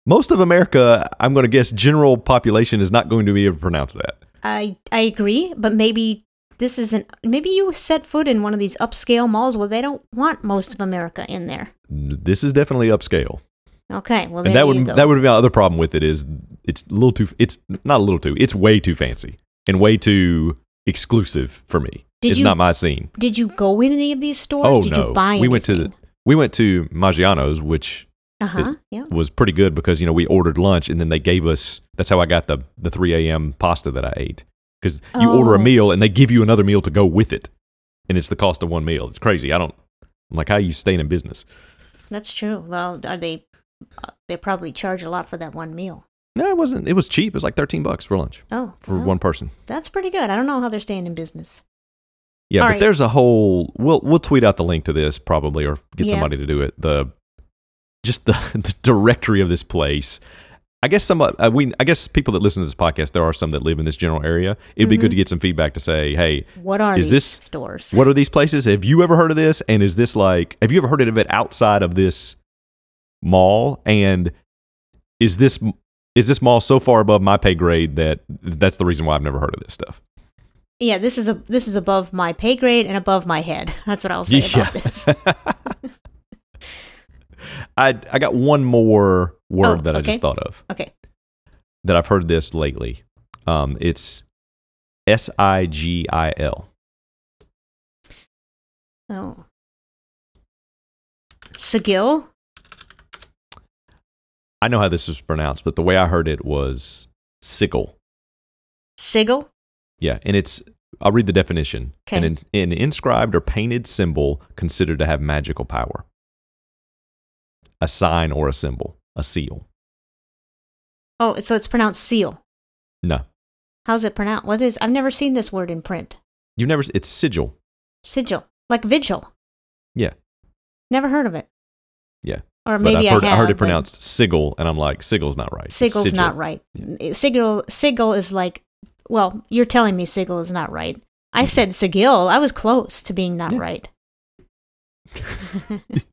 Speaker 1: Most of America, I'm going to guess, general population is not going to be able to pronounce that.
Speaker 2: I I agree, but maybe this isn't. Maybe you set foot in one of these upscale malls where they don't want most of America in there.
Speaker 1: This is definitely upscale,
Speaker 2: Okay, well there
Speaker 1: and that
Speaker 2: you
Speaker 1: would
Speaker 2: go.
Speaker 1: that would be my other problem with it is it's a little too it's not a little too it's way too fancy and way too exclusive for me.
Speaker 2: Did
Speaker 1: it's
Speaker 2: you-
Speaker 1: not my scene.
Speaker 2: Did you go in any of these stores?
Speaker 1: Oh
Speaker 2: Did
Speaker 1: no,
Speaker 2: you buy
Speaker 1: we went to the, we went to Maggiano's, which
Speaker 2: Uh huh. Yeah.
Speaker 1: was pretty good because you know we ordered lunch and then they gave us that's how I got the the 3 a.m. pasta that I ate because you order a
Speaker 2: Oh.
Speaker 1: meal and they give you another meal to go with it and it's the cost of one meal it's crazy I don't I'm like how you staying in business
Speaker 2: That's true. Well, are they? uh, They probably charge a lot for that one meal.
Speaker 1: no it wasn't it was cheap it was like 13 bucks for lunch
Speaker 2: Oh,
Speaker 1: for
Speaker 2: well,
Speaker 1: one person
Speaker 2: That's pretty good. I don't know how they're staying in business.
Speaker 1: yeah
Speaker 2: All
Speaker 1: but
Speaker 2: right.
Speaker 1: there's a whole we'll we'll tweet out the link to this probably or get
Speaker 2: Yeah.
Speaker 1: somebody to do it the just the, the directory of this place I guess some uh, we I guess people that listen to this podcast there are some that live in this general area it'd be
Speaker 2: Mhm.
Speaker 1: good to get some feedback to say hey
Speaker 2: What
Speaker 1: Is
Speaker 2: are these
Speaker 1: this-
Speaker 2: stores?
Speaker 1: What are these places? Have you ever heard of this? And is this like, have you ever heard of it outside of this mall? And is this is this mall so far above my pay grade that that's the reason why I've never heard of this stuff?
Speaker 2: Yeah, this is a this is above my pay grade and above my head. That's what I'll say about this.
Speaker 1: I I got one more word
Speaker 2: Oh,
Speaker 1: that I
Speaker 2: okay.
Speaker 1: just thought of
Speaker 2: Okay.
Speaker 1: that I've heard this lately. Um, it's S I G I L.
Speaker 2: Oh. Sigil?
Speaker 1: I know how this is pronounced, but the way I heard it was sickle.
Speaker 2: Sigil?
Speaker 1: Yeah, and it's I'll read the definition.
Speaker 2: Okay.
Speaker 1: An, in- an inscribed or painted symbol considered to have magical power. A sign or a symbol, a seal.
Speaker 2: Oh, so it's pronounced seal.
Speaker 1: No,
Speaker 2: How's it pronounced? What is I've never seen this word in print.
Speaker 1: you've never. s- It's sigil.
Speaker 2: Sigil. Like vigil.
Speaker 1: Yeah,
Speaker 2: Never heard of it.
Speaker 1: yeah.
Speaker 2: Or
Speaker 1: but
Speaker 2: maybe
Speaker 1: I've heard,
Speaker 2: I have,
Speaker 1: heard it
Speaker 2: but
Speaker 1: pronounced sigil, and I'm like, sigil's not right. It's
Speaker 2: Sigil's
Speaker 1: sigil.
Speaker 2: not right. Sigil sigil is like well, you're telling me sigil is not right. I said sigil. I was close to being not
Speaker 1: Mm-hmm. Yeah.
Speaker 2: right.
Speaker 1: In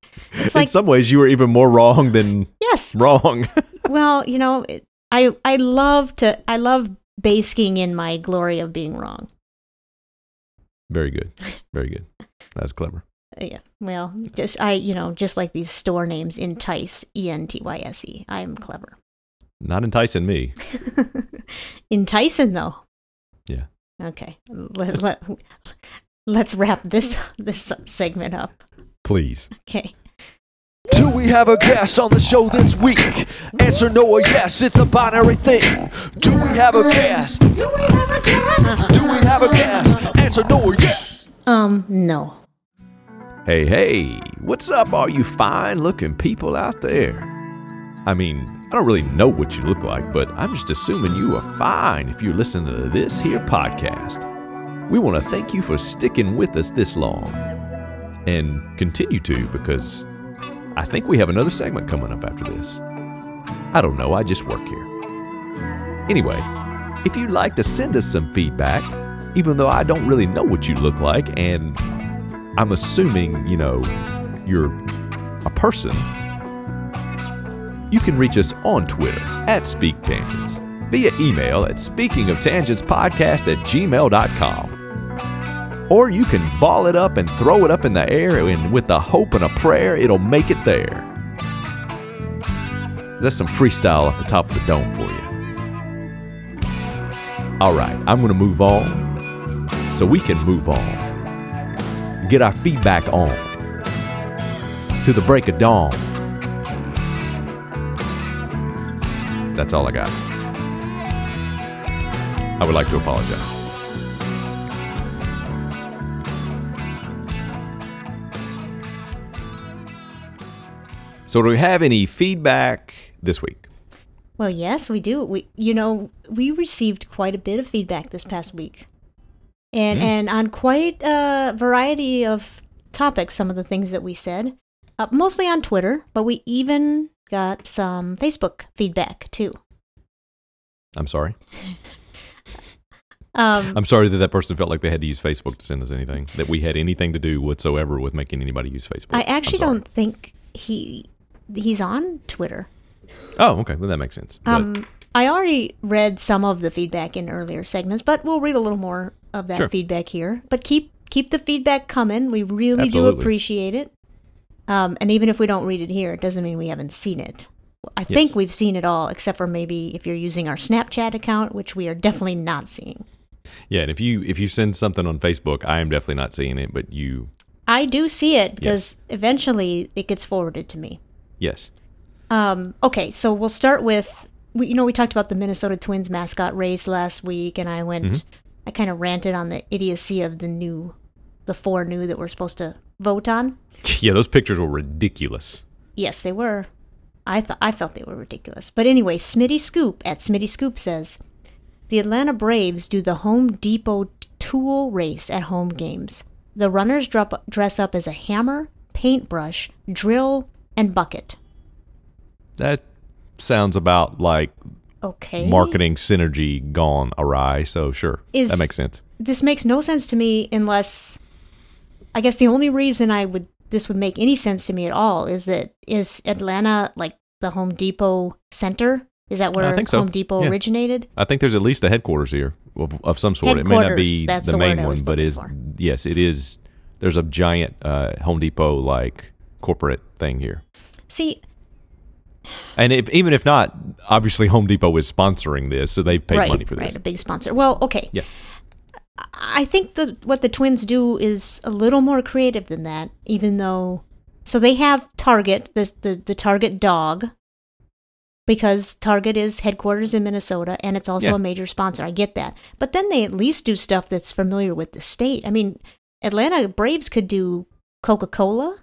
Speaker 2: It's like
Speaker 1: some ways, you were even more wrong than
Speaker 2: yes.
Speaker 1: wrong.
Speaker 2: Well, you know, it- I I love to I love basking in my glory of being wrong.
Speaker 1: Very good. Very good. That's clever.
Speaker 2: Uh, yeah. Well, just I, you know, just like these store names, entice, E N T Y S E. I am clever.
Speaker 1: Not enticing me.
Speaker 2: Enticing though.
Speaker 1: Yeah.
Speaker 2: Okay. Let, let, let's wrap this this segment up.
Speaker 1: Please.
Speaker 2: Okay.
Speaker 4: Do we have a guest on the show this week? Answer no or yes, it's a binary thing. Do we have a guest? Do we have a guest? Answer no or yes.
Speaker 2: Um. No.
Speaker 1: Hey, hey, what's up, all you fine looking people out there? I mean, I don't really know what you look like, but I'm just assuming you are fine if you're listening to this here podcast. We want to thank you for sticking with us this long and continue to because I think we have another segment coming up after this. I don't know, I just work here. Anyway, if you'd like to send us some feedback, even though I don't really know what you look like and I'm assuming, you know, you're a person. You can reach us on Twitter at Speak Tangents, via email at speakingoftangentspodcast at gmail.com. Or you can ball it up and throw it up in the air, and with a hope and a prayer, it'll make it there. That's some freestyle off the top of the dome for you. All right, I'm going to move on so we can move on get our feedback on to the break of dawn. That's all I got. I would like to apologize. So, do we have any feedback this week?
Speaker 2: Well, yes, we do. We, you know, we received quite a bit of feedback this past week,
Speaker 1: Hmm.
Speaker 2: and and on quite a variety of topics. Some of the things that we said, uh, mostly on Twitter, but we even got some Facebook feedback too.
Speaker 1: I'm sorry.
Speaker 2: Um,
Speaker 1: I'm sorry that that person felt like they had to use Facebook to send us anything, that we had anything to do whatsoever with making anybody use Facebook.
Speaker 2: I
Speaker 1: I'm
Speaker 2: actually
Speaker 1: sorry.
Speaker 2: don't think he he's on Twitter.
Speaker 1: Oh, okay. Well, that makes sense. But-
Speaker 2: Um, I already read some of the feedback in earlier segments, but we'll read a little more of that
Speaker 1: Sure.
Speaker 2: feedback here. But keep keep the feedback coming. We really do
Speaker 1: Absolutely.
Speaker 2: appreciate it. Um, and even if we don't read it here, it doesn't mean we haven't seen it. I think we've seen it all, except for maybe if you're using our Snapchat account, which we are definitely not seeing.
Speaker 1: Yeah, and if you if you send something on Facebook, I am definitely not seeing it, but you
Speaker 2: I do see it because eventually it gets forwarded to me.
Speaker 1: yes.
Speaker 2: Um, okay, so we'll start with we, you know we talked about the Minnesota Twins mascot raised last week, and I went I kind of ranted on the idiocy of the new the four new that we're supposed to vote on.
Speaker 1: Yeah, those pictures were ridiculous.
Speaker 2: Yes, they were. I thought I felt they were ridiculous, but anyway, Smitty Scoop at Smitty Scoop says the Atlanta Braves do the Home Depot tool race at home games. The runners drop, dress up as a hammer, paintbrush, drill, and bucket.
Speaker 1: That sounds about like
Speaker 2: Okay.
Speaker 1: marketing synergy gone awry, so sure.
Speaker 2: Is-
Speaker 1: that makes sense.
Speaker 2: this makes no sense to me unless I guess the only reason I would this would make any sense to me at all is that is Atlanta like the Home Depot center? Is that where
Speaker 1: think so.
Speaker 2: Home Depot
Speaker 1: Yeah.
Speaker 2: originated?
Speaker 1: I think there's at least a headquarters here of, of some sort. It may not
Speaker 2: Headquarters,
Speaker 1: be
Speaker 2: that's
Speaker 1: the
Speaker 2: the
Speaker 1: main
Speaker 2: word I was
Speaker 1: one, but
Speaker 2: looking
Speaker 1: is
Speaker 2: for.
Speaker 1: yes, it is there's a giant uh, Home Depot like corporate thing here.
Speaker 2: See,
Speaker 1: And if even if not, obviously Home Depot is sponsoring this, so they've paid
Speaker 2: right,
Speaker 1: money for
Speaker 2: right,
Speaker 1: this.
Speaker 2: a big sponsor. Well, okay.
Speaker 1: Yeah.
Speaker 2: I think the what the twins do is a little more creative than that, even though so they have Target, the the, the Target dog because Target is headquarters in Minnesota and it's also
Speaker 1: Yeah.
Speaker 2: a major sponsor. I get that. But then they at least do stuff that's familiar with the state. I mean, Atlanta Braves could do Coca-Cola.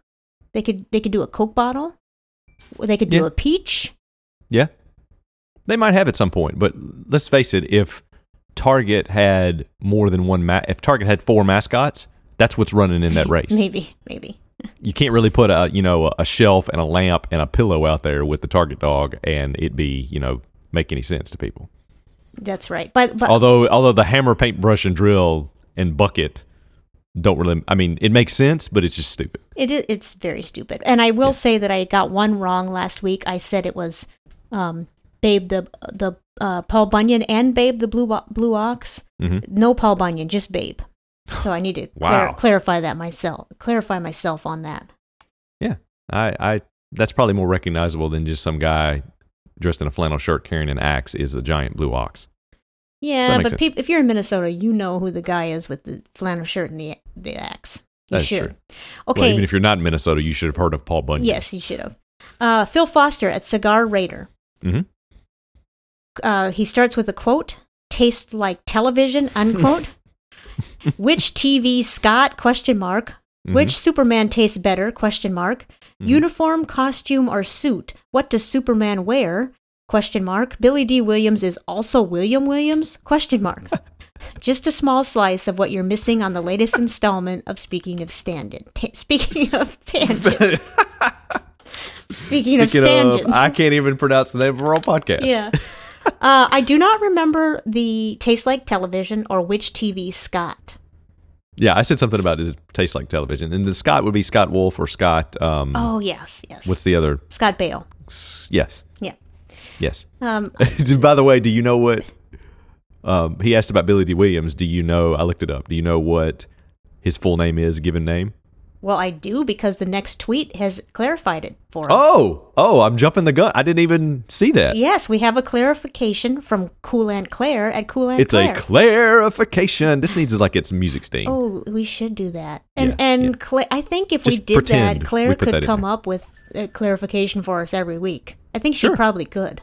Speaker 2: They could they could do a Coke bottle. They could do
Speaker 1: Yeah.
Speaker 2: a peach.
Speaker 1: Yeah. They might have at some point, but let's face it, if Target had more than one ma- if Target had four mascots, that's what's running in that race.
Speaker 2: Maybe, maybe.
Speaker 1: You can't really put a, you know, a shelf and a lamp and a pillow out there with the Target dog and it be, you know, make any sense to people.
Speaker 2: That's right. But but
Speaker 1: although although the hammer, paintbrush and drill and bucket don't really I mean, it makes sense, but it's just stupid.
Speaker 2: It is. It's very stupid. And I will say that I got one wrong last week. I said it was, um, Babe the the uh, Paul Bunyan and Babe the Blue Bo- Blue Ox. No Paul Bunyan, just Babe. So I need to
Speaker 1: Mm-hmm. Wow.
Speaker 2: clar- clarify that myself. Clarify myself on that.
Speaker 1: Yeah, I, I that's probably more recognizable than just some guy dressed in a flannel shirt carrying an axe is a giant blue ox.
Speaker 2: Yeah,
Speaker 1: makes
Speaker 2: but
Speaker 1: sense.
Speaker 2: peop if you're in Minnesota, you know who the guy is with the flannel shirt and the the axe. You
Speaker 1: That's
Speaker 2: should.
Speaker 1: true.
Speaker 2: Okay.
Speaker 1: Well, even if you're not in Minnesota, you should have heard of Paul Bunyan.
Speaker 2: yes, you should have. Uh, Phil Foster at Cigar Raider.
Speaker 1: hmm
Speaker 2: Uh, he starts with a quote: "Tastes like television." Unquote. Which TV Scott? Question mark. Which Superman tastes better? Question mark. Uniform, costume, or suit? What does Superman wear? Question mark. Billy D. Williams is also William Williams? Question mark. Just a small slice of what you're missing on the latest installment of Speaking of Standard. Ta- speaking of tangents. speaking, of standards.
Speaker 1: I can't even pronounce the name of our own podcast.
Speaker 2: yeah. Uh, I do not remember the Taste Like Television or which TV Scott.
Speaker 1: Yeah, I said something about it tastes like television. And the Scott would be Scott Wolf or Scott. Um,
Speaker 2: Oh, yes, yes.
Speaker 1: What's the other?
Speaker 2: Scott Bale.
Speaker 1: Yes.
Speaker 2: Yeah.
Speaker 1: Yes.
Speaker 2: Um,
Speaker 1: By the way, do you know what? Um, he asked about Billy D. Williams. Do you know? I looked it up. Do you know what his full name is, given name?
Speaker 2: Well, I do because the next tweet has clarified it for us.
Speaker 1: Oh, oh, I'm jumping the gun. I didn't even see that.
Speaker 2: Yes, we have a clarification from Cool Aunt Claire at Cool Aunt
Speaker 1: it's
Speaker 2: Claire.
Speaker 1: a clarification. This needs like its music sting.
Speaker 2: oh, we should do that. And
Speaker 1: Yeah,
Speaker 2: and
Speaker 1: yeah.
Speaker 2: Cla- I think if we
Speaker 1: Just
Speaker 2: did
Speaker 1: pretend
Speaker 2: that,
Speaker 1: we
Speaker 2: Claire
Speaker 1: put that
Speaker 2: could
Speaker 1: in
Speaker 2: come
Speaker 1: there.
Speaker 2: up with a clarification for us every week. I think she
Speaker 1: Sure.
Speaker 2: probably could.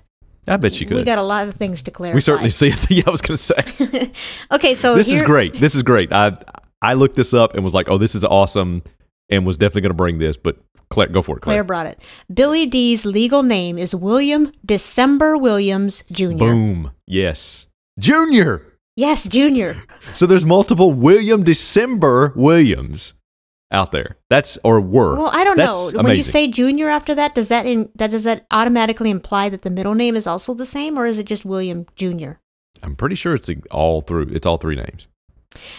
Speaker 1: I bet you could.
Speaker 2: We got a lot of things to clarify.
Speaker 1: We certainly see it. yeah, I was going to say
Speaker 2: Okay, so
Speaker 1: this is
Speaker 2: here-
Speaker 1: great. This is great. I I looked this up and was like, oh, this is awesome, and was definitely going to bring this. But Claire, go for it,
Speaker 2: Claire
Speaker 1: Claire.
Speaker 2: brought it. Billy D's legal name is William December Williams Jr.
Speaker 1: Boom. Yes, Junior.
Speaker 2: Yes, Jr.
Speaker 1: So there's multiple William December Williams out there. That's or were.
Speaker 2: Well, I don't
Speaker 1: That's
Speaker 2: know.
Speaker 1: Amazing.
Speaker 2: When you say junior after that, does that in, that does that automatically imply that the middle name is also the same, or is it just William Junior?
Speaker 1: I'm pretty sure it's all through. It's all three names.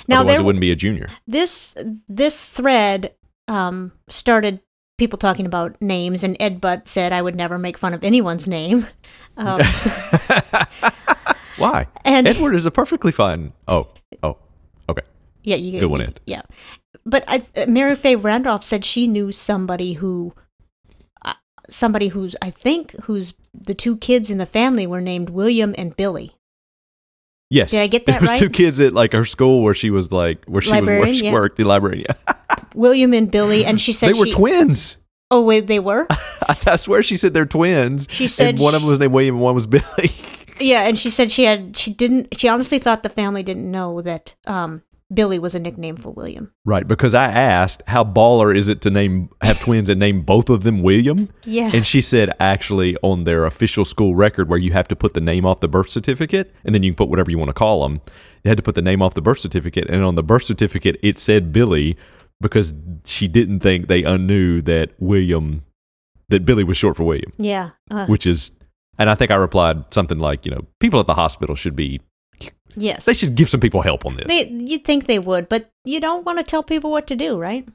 Speaker 2: Now
Speaker 1: Otherwise,
Speaker 2: there,
Speaker 1: it wouldn't be a junior.
Speaker 2: this this thread um, started people talking about names, and Ed Butt said I would never make fun of anyone's name. Um,
Speaker 1: Why?
Speaker 2: And-
Speaker 1: Edward is a perfectly fine. Oh, oh, okay.
Speaker 2: yeah, you
Speaker 1: Good one, Ed.
Speaker 2: Yeah, but I, Mary Faye Randolph said she knew somebody who. uh, Somebody who's, I think, who's the two kids in the family were named William and Billy.
Speaker 1: Yes.
Speaker 2: Did I get
Speaker 1: It
Speaker 2: that
Speaker 1: was
Speaker 2: right?
Speaker 1: two kids at like her school where she was like where she was where
Speaker 2: Librarian,
Speaker 1: she
Speaker 2: yeah.
Speaker 1: worked the librarian. Yeah.
Speaker 2: William and Billy, and she said
Speaker 1: they were
Speaker 2: she,
Speaker 1: twins.
Speaker 2: Oh wait, they were.
Speaker 1: I swear she said they're twins.
Speaker 2: She said
Speaker 1: and one of them was named William and one was Billy.
Speaker 2: yeah, and she said she had she didn't she honestly thought the family didn't know that um Billy was a nickname for William.
Speaker 1: right, because I asked how baller is it to name have twins and name both of them William?
Speaker 2: Yeah.
Speaker 1: And she said actually on their official school record where you have to put the name off the birth certificate and then you can put whatever you want to call them. They had to put the name off the birth certificate and on the birth certificate it said Billy because she didn't think they unknew that William that Billy was short for William.
Speaker 2: Yeah. Uh,
Speaker 1: which is and i think i replied something like you know people at the hospital should be
Speaker 2: yes.
Speaker 1: they should give some people help on this
Speaker 2: They, you'd think they would, but you don't want to tell people what to do, right?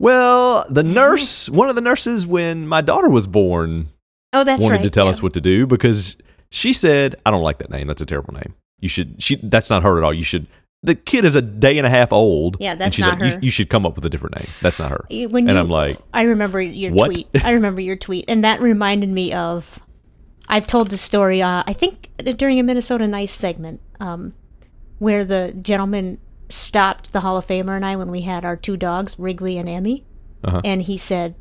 Speaker 1: well the
Speaker 2: Mm-hmm.
Speaker 1: nurse one of the nurses when my daughter was born
Speaker 2: Oh, that's
Speaker 1: wanted
Speaker 2: right.
Speaker 1: to tell
Speaker 2: yeah.
Speaker 1: us what to do because she said i don't like that name that's a terrible name you should she that's not her at all you should the kid is a day and a half old
Speaker 2: Yeah, that's
Speaker 1: and she's
Speaker 2: not
Speaker 1: like
Speaker 2: her.
Speaker 1: You, you should come up with a different name that's not her
Speaker 2: Y- When
Speaker 1: and
Speaker 2: you-
Speaker 1: i'm like
Speaker 2: I remember your
Speaker 1: What?
Speaker 2: tweet. I remember your tweet, and that reminded me of. I've told this story. Uh, I think during a Minnesota Nice segment, um, where the gentleman stopped the Hall of Famer and I when we had our two dogs, Wrigley and Emmy,
Speaker 1: Uh-huh.
Speaker 2: and he said,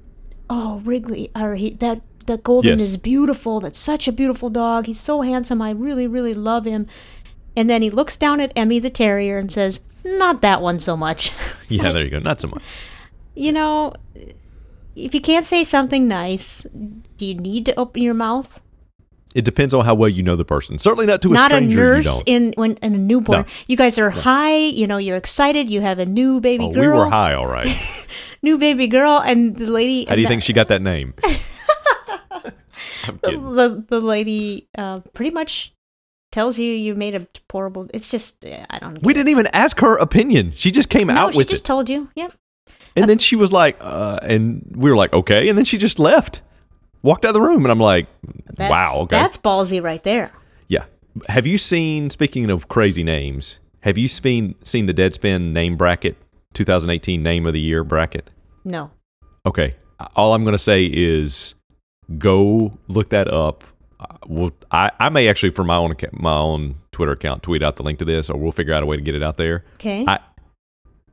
Speaker 2: "Oh, Wrigley, or he, that that Golden
Speaker 1: Yes.
Speaker 2: is beautiful. That's such a beautiful dog. He's so handsome. I really, really love him." And then he looks down at Emmy the terrier and says, "Not that one so much."
Speaker 1: yeah there you go not so much
Speaker 2: you know, if you can't say something nice, do you need to open your mouth?
Speaker 1: it depends on how well you know the person certainly not to a
Speaker 2: Not a
Speaker 1: stranger you
Speaker 2: nurse
Speaker 1: don't
Speaker 2: in when in a newborn.
Speaker 1: No.
Speaker 2: You guys are high. You know, you're excited. You have a new baby
Speaker 1: oh,
Speaker 2: girl.
Speaker 1: we were high all right
Speaker 2: New baby girl, and the lady.
Speaker 1: How do you think she got that name? I'm kidding.
Speaker 2: the the lady uh, pretty much tells you you made a horrible. It's just uh, I don't.
Speaker 1: We didn't even ask her opinion. She just came
Speaker 2: no,
Speaker 1: out
Speaker 2: she
Speaker 1: with
Speaker 2: just
Speaker 1: it.
Speaker 2: told you. Yep.
Speaker 1: and then she was like, uh, and we were like, okay. And then she just left, walked out of the room. And I'm like,
Speaker 2: That's,
Speaker 1: wow, okay.
Speaker 2: That's ballsy right there.
Speaker 1: yeah. Have you seen, speaking of crazy names, Have you seen seen the Deadspin name bracket 2018 name of the year bracket?
Speaker 2: No.
Speaker 1: Okay. All I'm going to say is go look that up. I- We'll, I, I may actually, from my own acca- my own Twitter account, tweet out the link to this, or we'll figure out a way to get it out there.
Speaker 2: Okay.
Speaker 1: I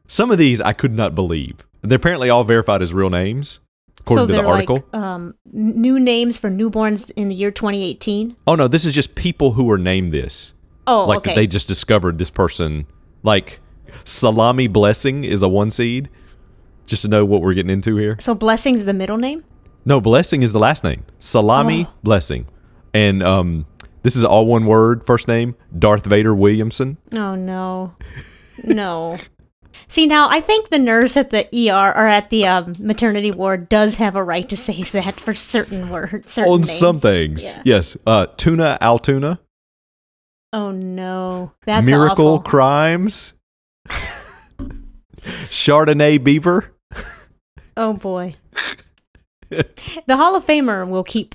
Speaker 1: some of these I could not believe. They're apparently all verified as real names, according
Speaker 2: so
Speaker 1: to
Speaker 2: they're
Speaker 1: the article.
Speaker 2: like um, n- new names for newborns in the year 2018.
Speaker 1: oh no, this is just people who were named this.
Speaker 2: Oh,
Speaker 1: like
Speaker 2: okay.
Speaker 1: that they just discovered this person. Like Salami Blessing is a one seed. Just to know what we're getting into here.
Speaker 2: so blessing's the middle name.
Speaker 1: No, blessing is the last name. Salami
Speaker 2: Oh.
Speaker 1: blessing, and um, this is all one word. First name Darth Vader Williamson.
Speaker 2: Oh no, no. See now, I think the nurse at the ER or at the um, maternity ward does have a right to say that for certain words, certain
Speaker 1: On
Speaker 2: names.
Speaker 1: some things,
Speaker 2: Yeah.
Speaker 1: yes. Uh, tuna Altoona.
Speaker 2: Oh no, that's
Speaker 1: Miracle
Speaker 2: awful.
Speaker 1: crimes. Chardonnay beaver.
Speaker 2: oh boy. the Hall of Famer will keep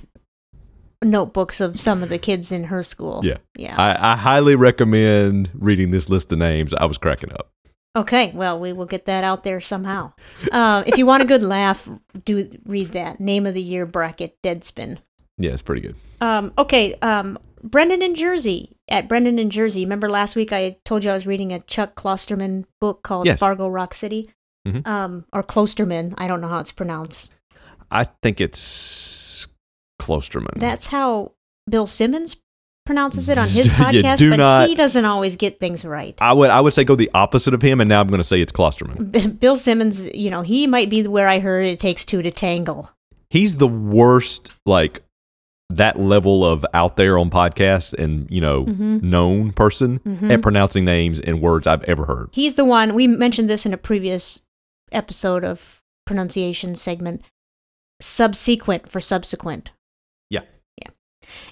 Speaker 2: notebooks of some of the kids in her school.
Speaker 1: Yeah.
Speaker 2: Yeah.
Speaker 1: I, I highly recommend reading this list of names. I was cracking up.
Speaker 2: okay. Well, we will get that out there somehow. Uh, if you want a good laugh, do read that name of the year bracket Deadspin.
Speaker 1: Yeah, it's pretty good.
Speaker 2: Um, okay, um, Brendan in Jersey. At Brendan in Jersey, remember last week I told you I was reading a Chuck Klosterman book called
Speaker 1: Yes.
Speaker 2: Fargo Rock City,
Speaker 1: Mhm.
Speaker 2: um, or Klosterman. I don't know how it's pronounced.
Speaker 1: I think it's Klosterman.
Speaker 2: That's how Bill Simmons pronounces it on his
Speaker 1: Yeah,
Speaker 2: podcast,
Speaker 1: do
Speaker 2: but
Speaker 1: not-
Speaker 2: he doesn't always get things right.
Speaker 1: I would I would say go the opposite of him, and now I'm going to say it's Klosterman.
Speaker 2: B- Bill Simmons, you know, he might be where I heard it takes two to tangle.
Speaker 1: He's the worst, like that level of out there on podcasts and you know
Speaker 2: Mm-hmm.
Speaker 1: known person at pronouncing names and words I've ever heard.
Speaker 2: He's the one we mentioned this in a previous episode of pronunciation segment. Subsequent for subsequent.
Speaker 1: Yeah,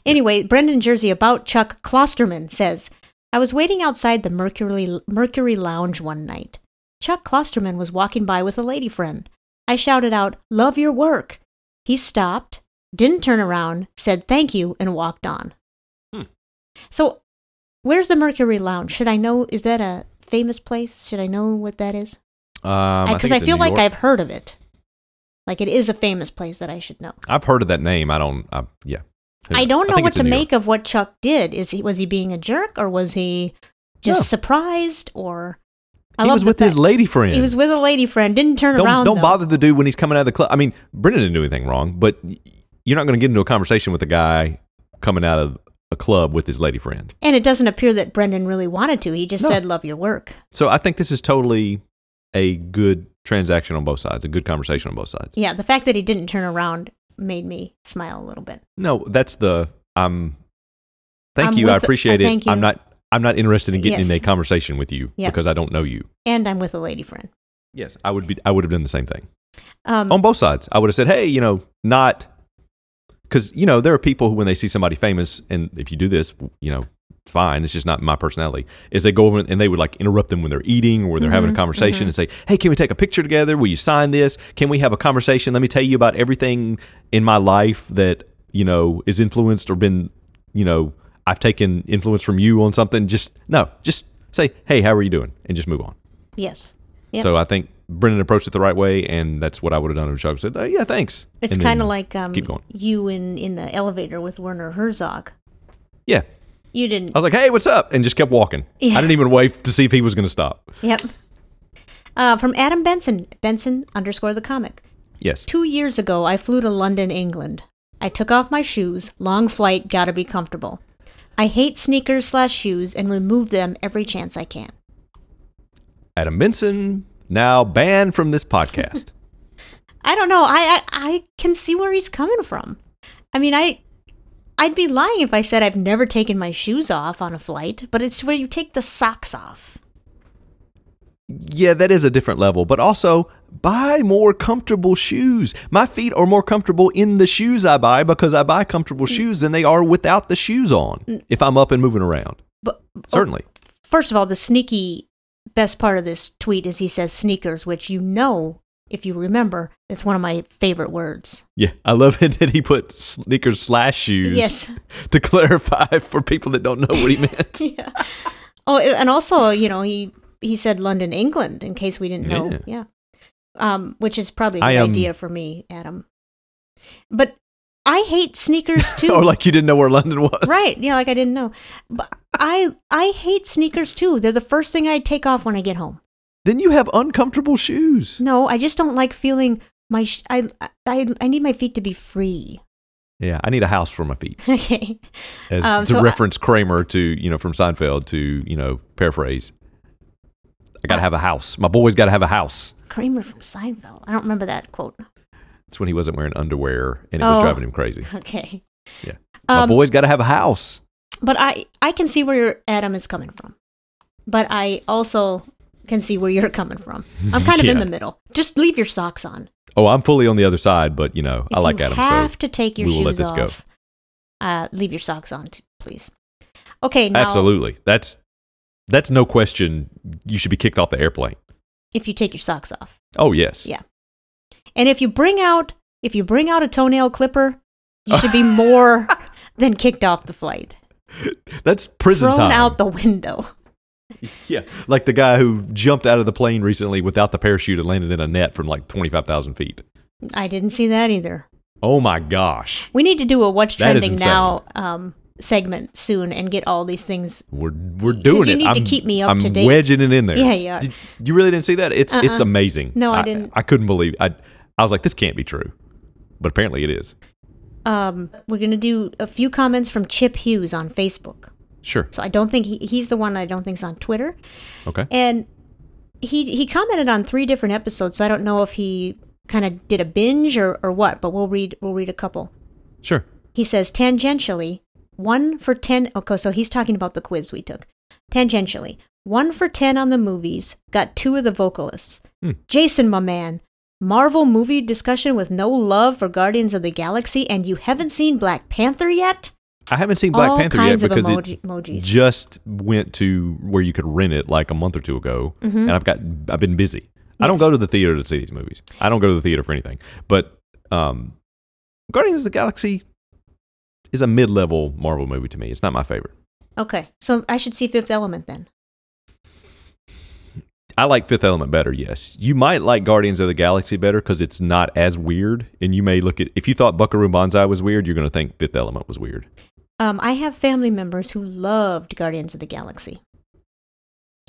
Speaker 2: Anyway, Brendan Jersey about Chuck Klosterman says, I was waiting outside the Mercury, Mercury Lounge one night. Chuck Klosterman was walking by with a lady friend. I shouted out, Love your work. He stopped, didn't turn around, said thank you, and walked on.
Speaker 1: Hmm.
Speaker 2: So, where's the Mercury Lounge? Should I know? Is that a famous place? Should I know what that is?
Speaker 1: because um,
Speaker 2: Because
Speaker 1: think
Speaker 2: I,
Speaker 1: it's in
Speaker 2: feel
Speaker 1: New
Speaker 2: like
Speaker 1: York.
Speaker 2: I've heard of it. Like it is a famous place that I should know.
Speaker 1: I've heard of that name. I don't. I, yeah. Who
Speaker 2: I
Speaker 1: knows?
Speaker 2: don't know
Speaker 1: think
Speaker 2: what
Speaker 1: it's in
Speaker 2: to
Speaker 1: New York.
Speaker 2: make of what Chuck did. Is he was he being a jerk or was he just
Speaker 1: No.
Speaker 2: surprised or I
Speaker 1: he
Speaker 2: love
Speaker 1: was
Speaker 2: the
Speaker 1: with his
Speaker 2: fact-
Speaker 1: lady friend.
Speaker 2: He was with a lady friend. Didn't turn
Speaker 1: don't
Speaker 2: around.
Speaker 1: don't
Speaker 2: though.
Speaker 1: bother the dude when he's coming out of the club. I mean, Brendan didn't do anything wrong, but y- you're not going to get into a conversation with a guy coming out of a club with his lady friend.
Speaker 2: And it doesn't appear that Brendan really wanted to. He just
Speaker 1: No.
Speaker 2: said, "Love your work."
Speaker 1: So I think this is totally a good transaction on both sides, a good conversation on both sides.
Speaker 2: Yeah, the fact that he didn't turn around made me smile a little bit.
Speaker 1: No, that's the um. Thank
Speaker 2: I'm
Speaker 1: you, I
Speaker 2: with-
Speaker 1: appreciate
Speaker 2: I
Speaker 1: it.
Speaker 2: thank you.
Speaker 1: I'm not. I'm not interested in getting in a
Speaker 2: Yes.
Speaker 1: conversation with you
Speaker 2: Yeah.
Speaker 1: because I don't know you.
Speaker 2: And I'm with a lady friend.
Speaker 1: Yes, I would be. I would have done the same thing.
Speaker 2: Um,
Speaker 1: on both sides. I would have said, hey, you know, not because you know there are people who when they see somebody famous, and if you do this, you know, it's fine. It's just not my personality. Is they go over and they would like interrupt them when they're eating or when they're having a conversation and say, hey, can we take a picture together? Will you sign this? Can we have a conversation? Let me tell you about everything in my life that you know is influenced or been, you know, I've taken influence from you on something. Just no, just say, hey, how are you doing, and just move on.
Speaker 2: yes, Yep.
Speaker 1: So I think Brendan approached it the right way, and that's what I would have done if Chuck said, "Uh, "Yeah, thanks."
Speaker 2: it's
Speaker 1: And
Speaker 2: kind of
Speaker 1: then
Speaker 2: like um,
Speaker 1: keep going.
Speaker 2: you in in the elevator with Werner Herzog.
Speaker 1: Yeah,
Speaker 2: You didn't
Speaker 1: I was like, "Hey, what's up?" and just kept walking.
Speaker 2: Yeah.
Speaker 1: I didn't even wait to see if he was going to stop.
Speaker 2: Yep. Uh, from Adam Benson, Benson underscore the comic.
Speaker 1: Yes,
Speaker 2: Two years ago, I flew to London, England. I took off my shoes. Long flight, gotta be comfortable. I hate sneakers slash shoes and remove them every chance I can.
Speaker 1: Adam Benson now banned from this podcast.
Speaker 2: I don't know. I, I I can see where he's coming from. I mean, I I'd be lying if I said I've never taken my shoes off on a flight, but it's where you take the socks off.
Speaker 1: yeah, that is a different level, but also buy more comfortable shoes. My feet are more comfortable in the shoes I buy because I buy comfortable
Speaker 2: Mm.
Speaker 1: shoes than they are without the shoes on. If I'm up and moving around,
Speaker 2: But oh,
Speaker 1: certainly.
Speaker 2: first of all, the sneaky best part of this tweet is he says sneakers, which you know, if you remember, it's one of my favorite words.
Speaker 1: Yeah, I love it that he put sneakers slash shoes.
Speaker 2: Yes.
Speaker 1: to clarify for people that don't know what he meant.
Speaker 2: Yeah. Oh, and also, you know, he he said London, England, in case we didn't know.
Speaker 1: Yeah.
Speaker 2: Yeah. Um, which is probably a
Speaker 1: I,
Speaker 2: good
Speaker 1: um,
Speaker 2: idea for me, Adam. But I hate sneakers too.
Speaker 1: or Oh, like you didn't know where London was.
Speaker 2: right? Yeah, like I didn't know. But I I hate sneakers too. They're the first thing I take off when I get home.
Speaker 1: Then you have uncomfortable shoes.
Speaker 2: No, I just don't like feeling my sh- I I I need my feet to be free.
Speaker 1: Yeah, I need a house for my feet.
Speaker 2: okay.
Speaker 1: As
Speaker 2: Um,
Speaker 1: to
Speaker 2: so I-
Speaker 1: reference Kramer to, you know, from Seinfeld to, you know, paraphrase. I
Speaker 2: Uh,
Speaker 1: gotta have a house. My boy's gotta have a house.
Speaker 2: Kramer from Seinfeld. I don't remember that quote.
Speaker 1: It's when he wasn't wearing underwear and it was
Speaker 2: Oh.
Speaker 1: driving him crazy.
Speaker 2: Okay.
Speaker 1: Yeah. My
Speaker 2: Um,
Speaker 1: boy's gotta have a house.
Speaker 2: but I I can see where your Adam is coming from, but I also can see where you're coming from. I'm kind of in
Speaker 1: Yeah.
Speaker 2: the middle. Just leave your socks on.
Speaker 1: Oh, I'm fully on the other side, but you know, I
Speaker 2: If
Speaker 1: like
Speaker 2: you
Speaker 1: Adam.
Speaker 2: Have
Speaker 1: so
Speaker 2: to take your
Speaker 1: we will let
Speaker 2: shoes
Speaker 1: this go.
Speaker 2: off. Uh, leave your socks on, t- please. Okay, now
Speaker 1: absolutely, that's that's no question. You should be kicked off the airplane.
Speaker 2: if you take your socks off,
Speaker 1: Oh yes,
Speaker 2: Yeah. and if you bring out if you bring out a toenail clipper, you should be more than kicked off the flight.
Speaker 1: that's prison
Speaker 2: Thrown
Speaker 1: time.
Speaker 2: out the window.
Speaker 1: yeah, like the guy who jumped out of the plane recently without the parachute and landed in a net from like twenty five thousand feet.
Speaker 2: I didn't see that either.
Speaker 1: Oh my gosh,
Speaker 2: We need to do a what's
Speaker 1: That is
Speaker 2: trending
Speaker 1: insane.
Speaker 2: now um, segment soon and get all these things.
Speaker 1: we're we're
Speaker 2: 'Cause
Speaker 1: doing
Speaker 2: you
Speaker 1: it.
Speaker 2: need to
Speaker 1: I'm,
Speaker 2: keep me up
Speaker 1: I'm
Speaker 2: to date.
Speaker 1: wedging it in there.
Speaker 2: Yeah, you are.
Speaker 1: Did- you really didn't see that? It's it's
Speaker 2: Uh-uh.
Speaker 1: amazing.
Speaker 2: No, I didn't.
Speaker 1: I couldn't believe. I I was like, this can't be true, but apparently it is.
Speaker 2: Um, we're gonna do a few comments from Chip Hughes on Facebook.
Speaker 1: Sure.
Speaker 2: So I don't think he, he's the one I don't think's on Twitter.
Speaker 1: Okay.
Speaker 2: And he he commented on three different episodes, so I don't know if he kind of did a binge or, or what. But we'll read we'll read a couple.
Speaker 1: Sure.
Speaker 2: He says tangentially, one for ten. Okay, so he's talking about the quiz we took. Tangentially, one for ten on the movies. Got two of the vocalists.
Speaker 1: Hmm.
Speaker 2: Jason, my man. Marvel movie discussion with no love for Guardians of the Galaxy, and you haven't seen Black Panther yet.
Speaker 1: I haven't seen Black
Speaker 2: All
Speaker 1: Panther
Speaker 2: kinds
Speaker 1: yet
Speaker 2: of
Speaker 1: because
Speaker 2: emoji-
Speaker 1: it
Speaker 2: emojis.
Speaker 1: just went to where you could rent it like a month or two ago, and I've got I've been busy. I don't
Speaker 2: Yes.
Speaker 1: go to the theater to see these movies. I don't go to the theater for anything. But um, Guardians of the Galaxy is a mid-level Marvel movie to me. It's not my favorite.
Speaker 2: Okay, so I should see Fifth Element then.
Speaker 1: I like Fifth Element better. Yes, you might like Guardians of the Galaxy better because it's not as weird, and you may look at if you thought Buckaroo Banzai was weird, you're going to think Fifth Element was weird.
Speaker 2: Um, I have family members who loved Guardians of the Galaxy.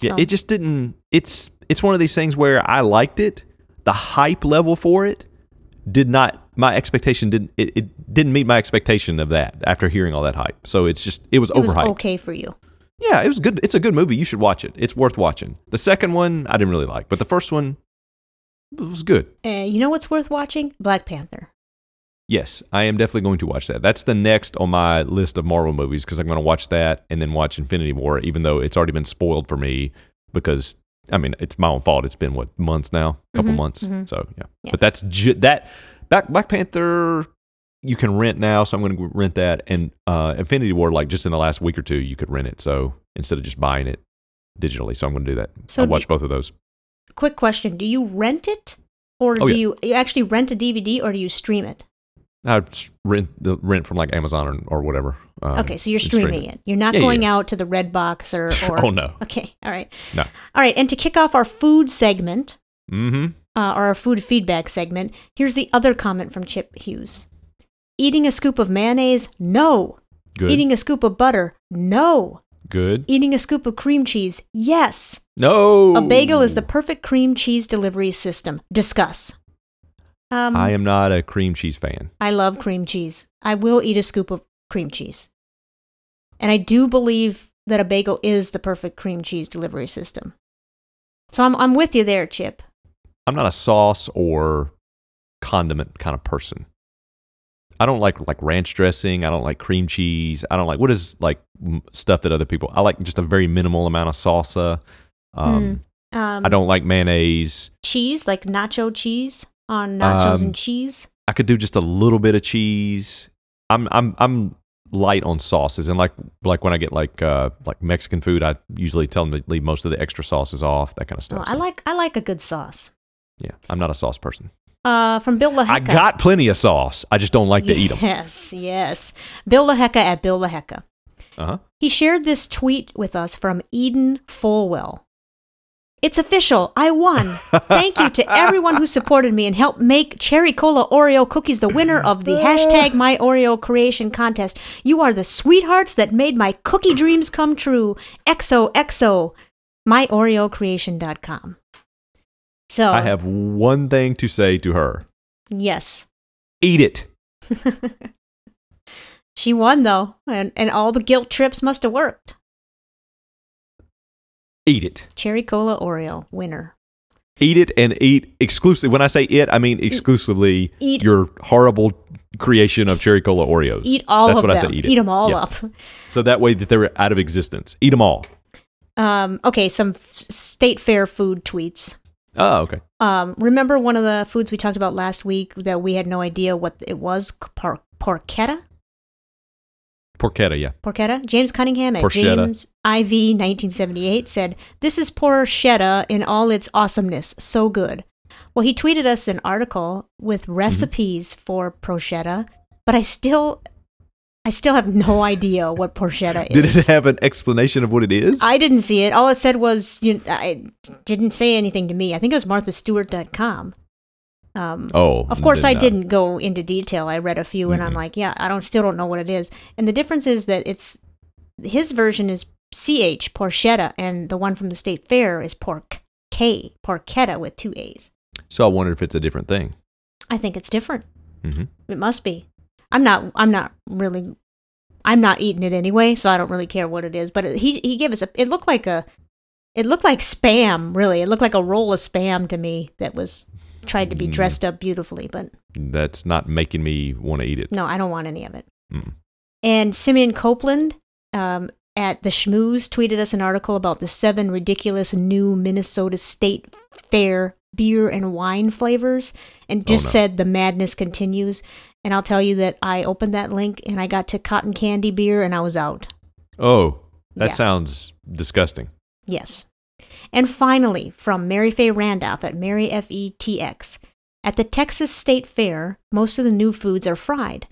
Speaker 1: Yeah,
Speaker 2: So-
Speaker 1: it just didn't. It's it's one of these things where I liked it. The hype level for it did not. My expectation didn't. It, it didn't meet my expectation of that after hearing all that hype. So it's just it was
Speaker 2: it was
Speaker 1: overhyped.
Speaker 2: okay for you.
Speaker 1: Yeah, it was good. It's a good movie. You should watch it. It's worth watching. The second one I didn't really like, but the first one was good.
Speaker 2: Uh, you know what's worth watching? Black Panther.
Speaker 1: Yes, I am definitely going to watch that. That's the next on my list of Marvel movies because I'm going to watch that and then watch Infinity War, even though it's already been spoiled for me because I mean it's my own fault. It's been what months now, a couple
Speaker 2: Mhm,
Speaker 1: months.
Speaker 2: mhm.
Speaker 1: So yeah.
Speaker 2: Yeah.
Speaker 1: but that's ju- that. Back Black Panther, you can rent now, so I'm going to rent that. And uh, Infinity War, like just in the last week or two, you could rent it. So instead of just buying it digitally, so I'm going to do that.
Speaker 2: So
Speaker 1: I'll
Speaker 2: do-
Speaker 1: watch both of those.
Speaker 2: Quick question: Do you rent it, or
Speaker 1: Oh,
Speaker 2: do
Speaker 1: yeah.
Speaker 2: you, you actually rent a DVD, or do you stream it?
Speaker 1: I rent the rent from like Amazon or, or whatever. um,
Speaker 2: okay, so you're
Speaker 1: and stream
Speaker 2: streaming it. You're not
Speaker 1: Yeah, yeah,
Speaker 2: going
Speaker 1: yeah.
Speaker 2: out to the Red Box or. or
Speaker 1: Oh, no.
Speaker 2: Okay, all right,
Speaker 1: No.
Speaker 2: all right. And to kick off our food segment
Speaker 1: Mm-hmm.
Speaker 2: uh, or our food feedback segment, here's the other comment from Chip Hughes: Eating a scoop of mayonnaise? No.
Speaker 1: Good.
Speaker 2: Eating a scoop of butter? No.
Speaker 1: Good.
Speaker 2: Eating a scoop of cream cheese? Yes.
Speaker 1: No.
Speaker 2: A bagel is the perfect cream cheese delivery system. Discuss. Um,
Speaker 1: I
Speaker 2: I,
Speaker 1: am not a cream cheese fan.
Speaker 2: love cream cheese. I will eat a scoop of cream cheese. And I do believe that a bagel is the perfect cream cheese delivery system. So I'm, I'm with you there, Chip.
Speaker 1: I'm not a sauce or condiment kind of person. I don't like like ranch dressing. I don't like cream cheese. I don't like what is like m- stuff that other people. I like just a very minimal amount of salsa. Um,
Speaker 2: Um,
Speaker 1: I don't like mayonnaise.
Speaker 2: Cheese, like nacho cheese on nachos
Speaker 1: Um,
Speaker 2: and cheese.
Speaker 1: I could do just a little bit of cheese. I'm I'm I'm light on sauces and like like when I get like uh like Mexican food, I usually tell them to leave most of the extra sauces off, that kind of stuff.
Speaker 2: Oh, I
Speaker 1: So,
Speaker 2: like I like a good sauce.
Speaker 1: yeah, I'm not a sauce person.
Speaker 2: Uh, from Bill LaHecka.
Speaker 1: I got plenty of sauce. I just don't like to eat them.
Speaker 2: Yes, yes. Bill LaHecka at Bill LaHecka.
Speaker 1: Uh-huh.
Speaker 2: He shared this tweet with us from Eden Folwell. It's official. I won. Thank you to everyone who supported me and helped make Cherry Cola Oreo cookies the winner of the hashtag My Oreo Creation Contest. You are the sweethearts that made my cookie dreams come true. XOXO. MyOreoCreation.com. So,
Speaker 1: I have one thing to say to her.
Speaker 2: yes.
Speaker 1: Eat it.
Speaker 2: She won, though, and, and all the guilt trips must have worked.
Speaker 1: Eat it.
Speaker 2: Cherry Cola Oreo, winner.
Speaker 1: Eat it and eat exclusively. When I say it, I mean exclusively
Speaker 2: Eat-
Speaker 1: your horrible creation of cherry cola Oreos.
Speaker 2: Eat all
Speaker 1: That's
Speaker 2: of
Speaker 1: what
Speaker 2: them.
Speaker 1: I say.
Speaker 2: eat,
Speaker 1: Eat, it.
Speaker 2: them all
Speaker 1: Yeah.
Speaker 2: up.
Speaker 1: So that way that they're out of existence. Eat them all.
Speaker 2: Um, okay, some f- state fair food tweets.
Speaker 1: Oh, okay.
Speaker 2: Um, remember one of the foods we talked about last week that we had no idea what it was? Por- porchetta?
Speaker 1: Porchetta, yeah.
Speaker 2: Porchetta? James Cunningham at
Speaker 1: Porchetta.
Speaker 2: James IV 1978 said, This is porchetta in all its awesomeness. So good. Well, he tweeted us an article with recipes for porchetta, but I still. I still have no idea what porchetta is.
Speaker 1: Did it have an explanation of what it is?
Speaker 2: I didn't see it. All it said was, you, I didn't say anything to me. I think it was marthastewart.com. Um,
Speaker 1: oh.
Speaker 2: of course,
Speaker 1: then
Speaker 2: I
Speaker 1: no.
Speaker 2: didn't go into detail. I read a few, and I'm
Speaker 1: Mhm.
Speaker 2: like, yeah, I don't still don't know what it is. And the difference is that it's his version is ch porchetta, and the one from the state fair is pork k porchetta with two a's.
Speaker 1: So I wondered if it's a different thing.
Speaker 2: I think it's different.
Speaker 1: hmm
Speaker 2: It must be. I'm not. I'm not really. I'm not eating it anyway, so I don't really care what it is. But it, he he gave us a. It looked like a. It looked like spam. Really, it looked like a roll of spam to me that was tried to be
Speaker 1: Mm.
Speaker 2: dressed up beautifully. But
Speaker 1: That's not making me want to eat it.
Speaker 2: no, I don't want any of it.
Speaker 1: Mm.
Speaker 2: And Simeon Copeland um, at the Schmooze tweeted us an article about the seven ridiculous new Minnesota State Fair beer and wine flavors, and just
Speaker 1: Oh, no.
Speaker 2: said the madness continues. And I'll tell you that I opened that link and I got to cotton candy beer and I was out.
Speaker 1: Oh, that
Speaker 2: Yeah.
Speaker 1: sounds disgusting.
Speaker 2: Yes. And finally, from Mary Fay Randolph at Mary F E T X. At the Texas State Fair, most of the new foods are fried.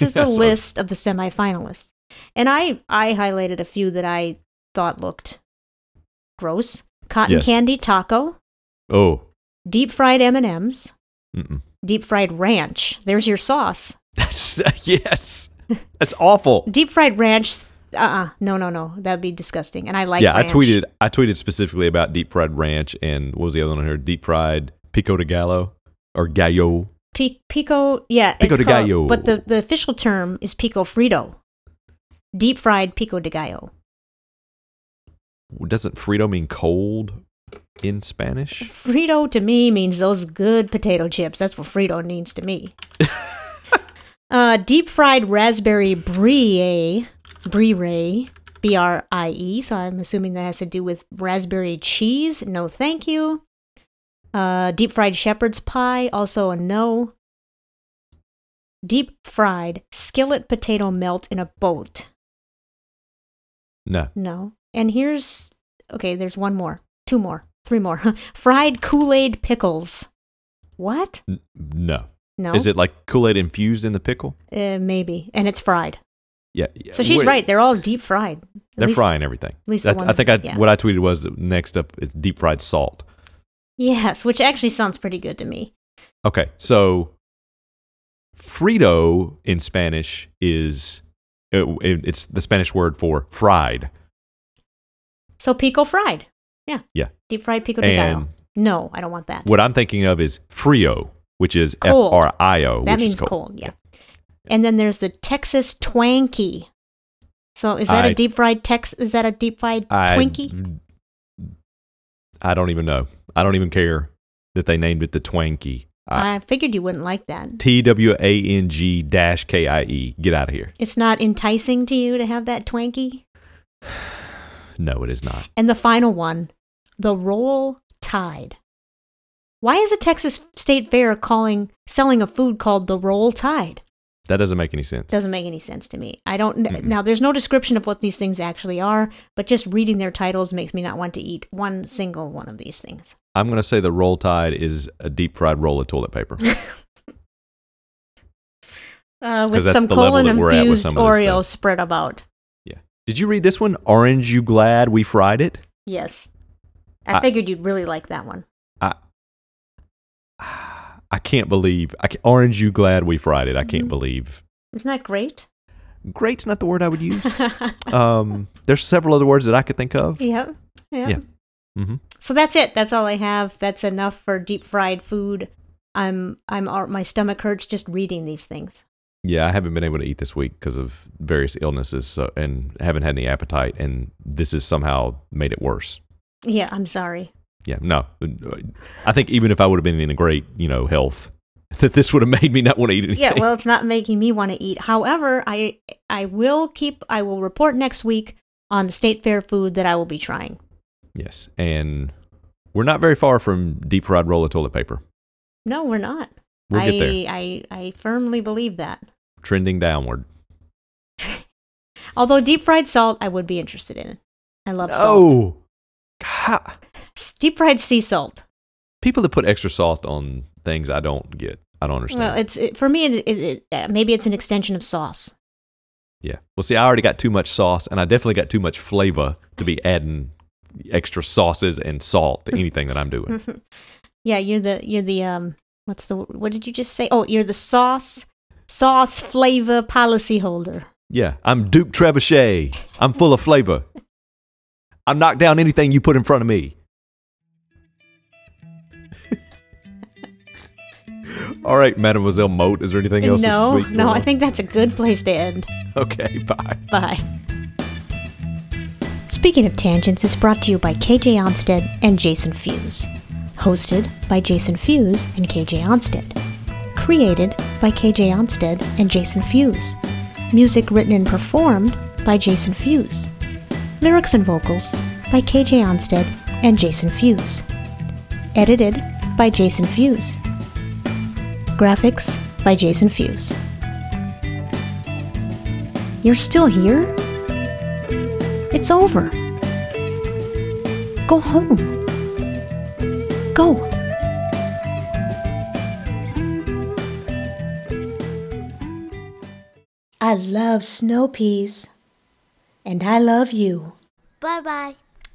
Speaker 2: is the
Speaker 1: Yes, I-
Speaker 2: list of the semifinalists. And I, I highlighted a few that I thought looked gross. Cotton
Speaker 1: Yes.
Speaker 2: candy taco,
Speaker 1: Oh.
Speaker 2: deep fried M&Ms,
Speaker 1: Mm-mm.
Speaker 2: deep fried ranch. There's your sauce.
Speaker 1: That's yes. That's awful.
Speaker 2: Deep fried ranch. Uh-uh. No, no, no. That would be disgusting. And I like
Speaker 1: yeah,
Speaker 2: ranch.
Speaker 1: I tweeted. I tweeted specifically about deep fried ranch and what was the other one here? Deep fried pico de gallo or gallo.
Speaker 2: Pi- pico, yeah,
Speaker 1: Pico
Speaker 2: it's
Speaker 1: de
Speaker 2: called-
Speaker 1: gallo.
Speaker 2: But the, the official term is pico frito, deep fried pico de gallo.
Speaker 1: Doesn't Frito mean cold in Spanish?
Speaker 2: Frito to me means those good potato chips. That's what frito means to me. uh, deep fried raspberry brie, brie ray, b r i e. So I'm assuming that has to do with raspberry cheese. No, thank you. Uh, deep fried shepherd's pie, also a no. Deep fried skillet potato melt in a boat.
Speaker 1: No.
Speaker 2: No. And here's okay, there's one more. Two more. Three more. Fried Kool-Aid pickles. What?
Speaker 1: N- no.
Speaker 2: No.
Speaker 1: Is it like Kool Aid infused in the pickle?
Speaker 2: Uh, maybe. And it's fried.
Speaker 1: Yeah. yeah.
Speaker 2: So she's
Speaker 1: Wait,
Speaker 2: right. They're all deep fried. At
Speaker 1: They're
Speaker 2: least-
Speaker 1: frying everything.
Speaker 2: at least the
Speaker 1: That's, I
Speaker 2: ones-
Speaker 1: think I,
Speaker 2: yeah.
Speaker 1: what I tweeted was next up is deep fried salt.
Speaker 2: Yes, which actually sounds pretty good to me.
Speaker 1: Okay, so Frito in Spanish is it, it- it's the Spanish word for fried.
Speaker 2: So pico fried. Yeah.
Speaker 1: Yeah.
Speaker 2: Deep fried pico de gallo.
Speaker 1: And
Speaker 2: No, I don't want that.
Speaker 1: what I'm thinking of is frio, which is F
Speaker 2: Cold.
Speaker 1: R I O.
Speaker 2: that
Speaker 1: which is
Speaker 2: means cold. yeah. And then there's the Texas Twanky. So is that a
Speaker 1: I-
Speaker 2: deep fried Tex is that a deep fried
Speaker 1: I,
Speaker 2: Twinkie?
Speaker 1: I don't even know. I don't even care that they named it the Twanky. I-
Speaker 2: I figured you wouldn't like that.
Speaker 1: T W A N G dash K I E. Get out of here.
Speaker 2: It's not enticing to you to have that twanky.
Speaker 1: No, it is not.
Speaker 2: And the final one, the roll tide. Why is a Texas State Fair calling selling a food called the roll tide?
Speaker 1: That doesn't make any sense.
Speaker 2: Doesn't make any sense to me. I don't
Speaker 1: Mm-mm.
Speaker 2: now. There's no description of what these things actually are, but just reading their titles makes me not want to eat one single one of these things.
Speaker 1: I'm going to say the roll tide is a deep fried roll of toilet paper.
Speaker 2: Uh,
Speaker 1: 'Cause
Speaker 2: with
Speaker 1: that's
Speaker 2: some
Speaker 1: the level
Speaker 2: colon
Speaker 1: that we're at with
Speaker 2: infused
Speaker 1: some of this
Speaker 2: Oreo
Speaker 1: stuff.
Speaker 2: spread about.
Speaker 1: Yeah. Did you read this one? Orange, you glad we fried it?
Speaker 2: Yes. I,
Speaker 1: I-
Speaker 2: figured you'd really like that one.
Speaker 1: I can't believe. I can, Orange, you glad we fried it? I
Speaker 2: Mm-hmm.
Speaker 1: can't believe.
Speaker 2: Isn't that great?
Speaker 1: Great's not the word I would use. um, there's several other words that I could think of.
Speaker 2: Yep. Yeah.
Speaker 1: Yeah. Mhm.
Speaker 2: So that's it. That's all I have. That's enough for deep fried food. I'm I'm ar- my stomach hurts just reading these things.
Speaker 1: Yeah, I haven't been able to eat this week because of various illnesses so, and haven't had any appetite. And this has somehow made it worse.
Speaker 2: Yeah, I'm sorry.
Speaker 1: Yeah, no. I think even if I would have been in a great, you know, health, that this would have made me not want to eat anything.
Speaker 2: Yeah, well, it's not making me want to eat. However, I I will keep I will report next week on the state fair food that I will be trying.
Speaker 1: Yes, and we're not very far from deep fried roll of toilet paper.
Speaker 2: No, we're not.
Speaker 1: We'll
Speaker 2: I
Speaker 1: get there.
Speaker 2: I I firmly believe that.
Speaker 1: Trending downward.
Speaker 2: Although deep fried salt, I would be interested in. I love salt.
Speaker 1: Oh, God.
Speaker 2: Deep fried sea salt.
Speaker 1: people that put extra salt on things, I don't get. I don't understand.
Speaker 2: Well, it's it, for me. It, it, it, uh, maybe it's an extension of sauce.
Speaker 1: yeah. Well, see, I already got too much sauce, and I definitely got too much flavor to be adding extra sauces and salt to anything that I'm doing.
Speaker 2: Yeah, you're the you're the um. What's the what did you just say? Oh, you're the sauce sauce flavor policy holder.
Speaker 1: yeah, I'm Duke Trebuchet. I'm full of flavor. I knock down anything you put in front of me. All right, Mademoiselle Moat, is there anything else? this
Speaker 2: no,
Speaker 1: week you
Speaker 2: no, I
Speaker 1: wanna-
Speaker 2: think that's a good place to end.
Speaker 1: Okay, bye.
Speaker 2: Bye. Speaking of tangents is brought to you by KJ Onsted and Jason Fuse. Hosted by Jason Fuse and KJ Onsted. Created by KJ Onsted and Jason Fuse. Music written and performed by Jason Fuse. Lyrics and vocals by KJ Onsted and Jason Fuse. Edited by Jason Fuse. Graphics by Jason Fuse. You're still here? It's over. Go home. Go.
Speaker 3: I love snow peas. And I love you.
Speaker 5: Bye bye.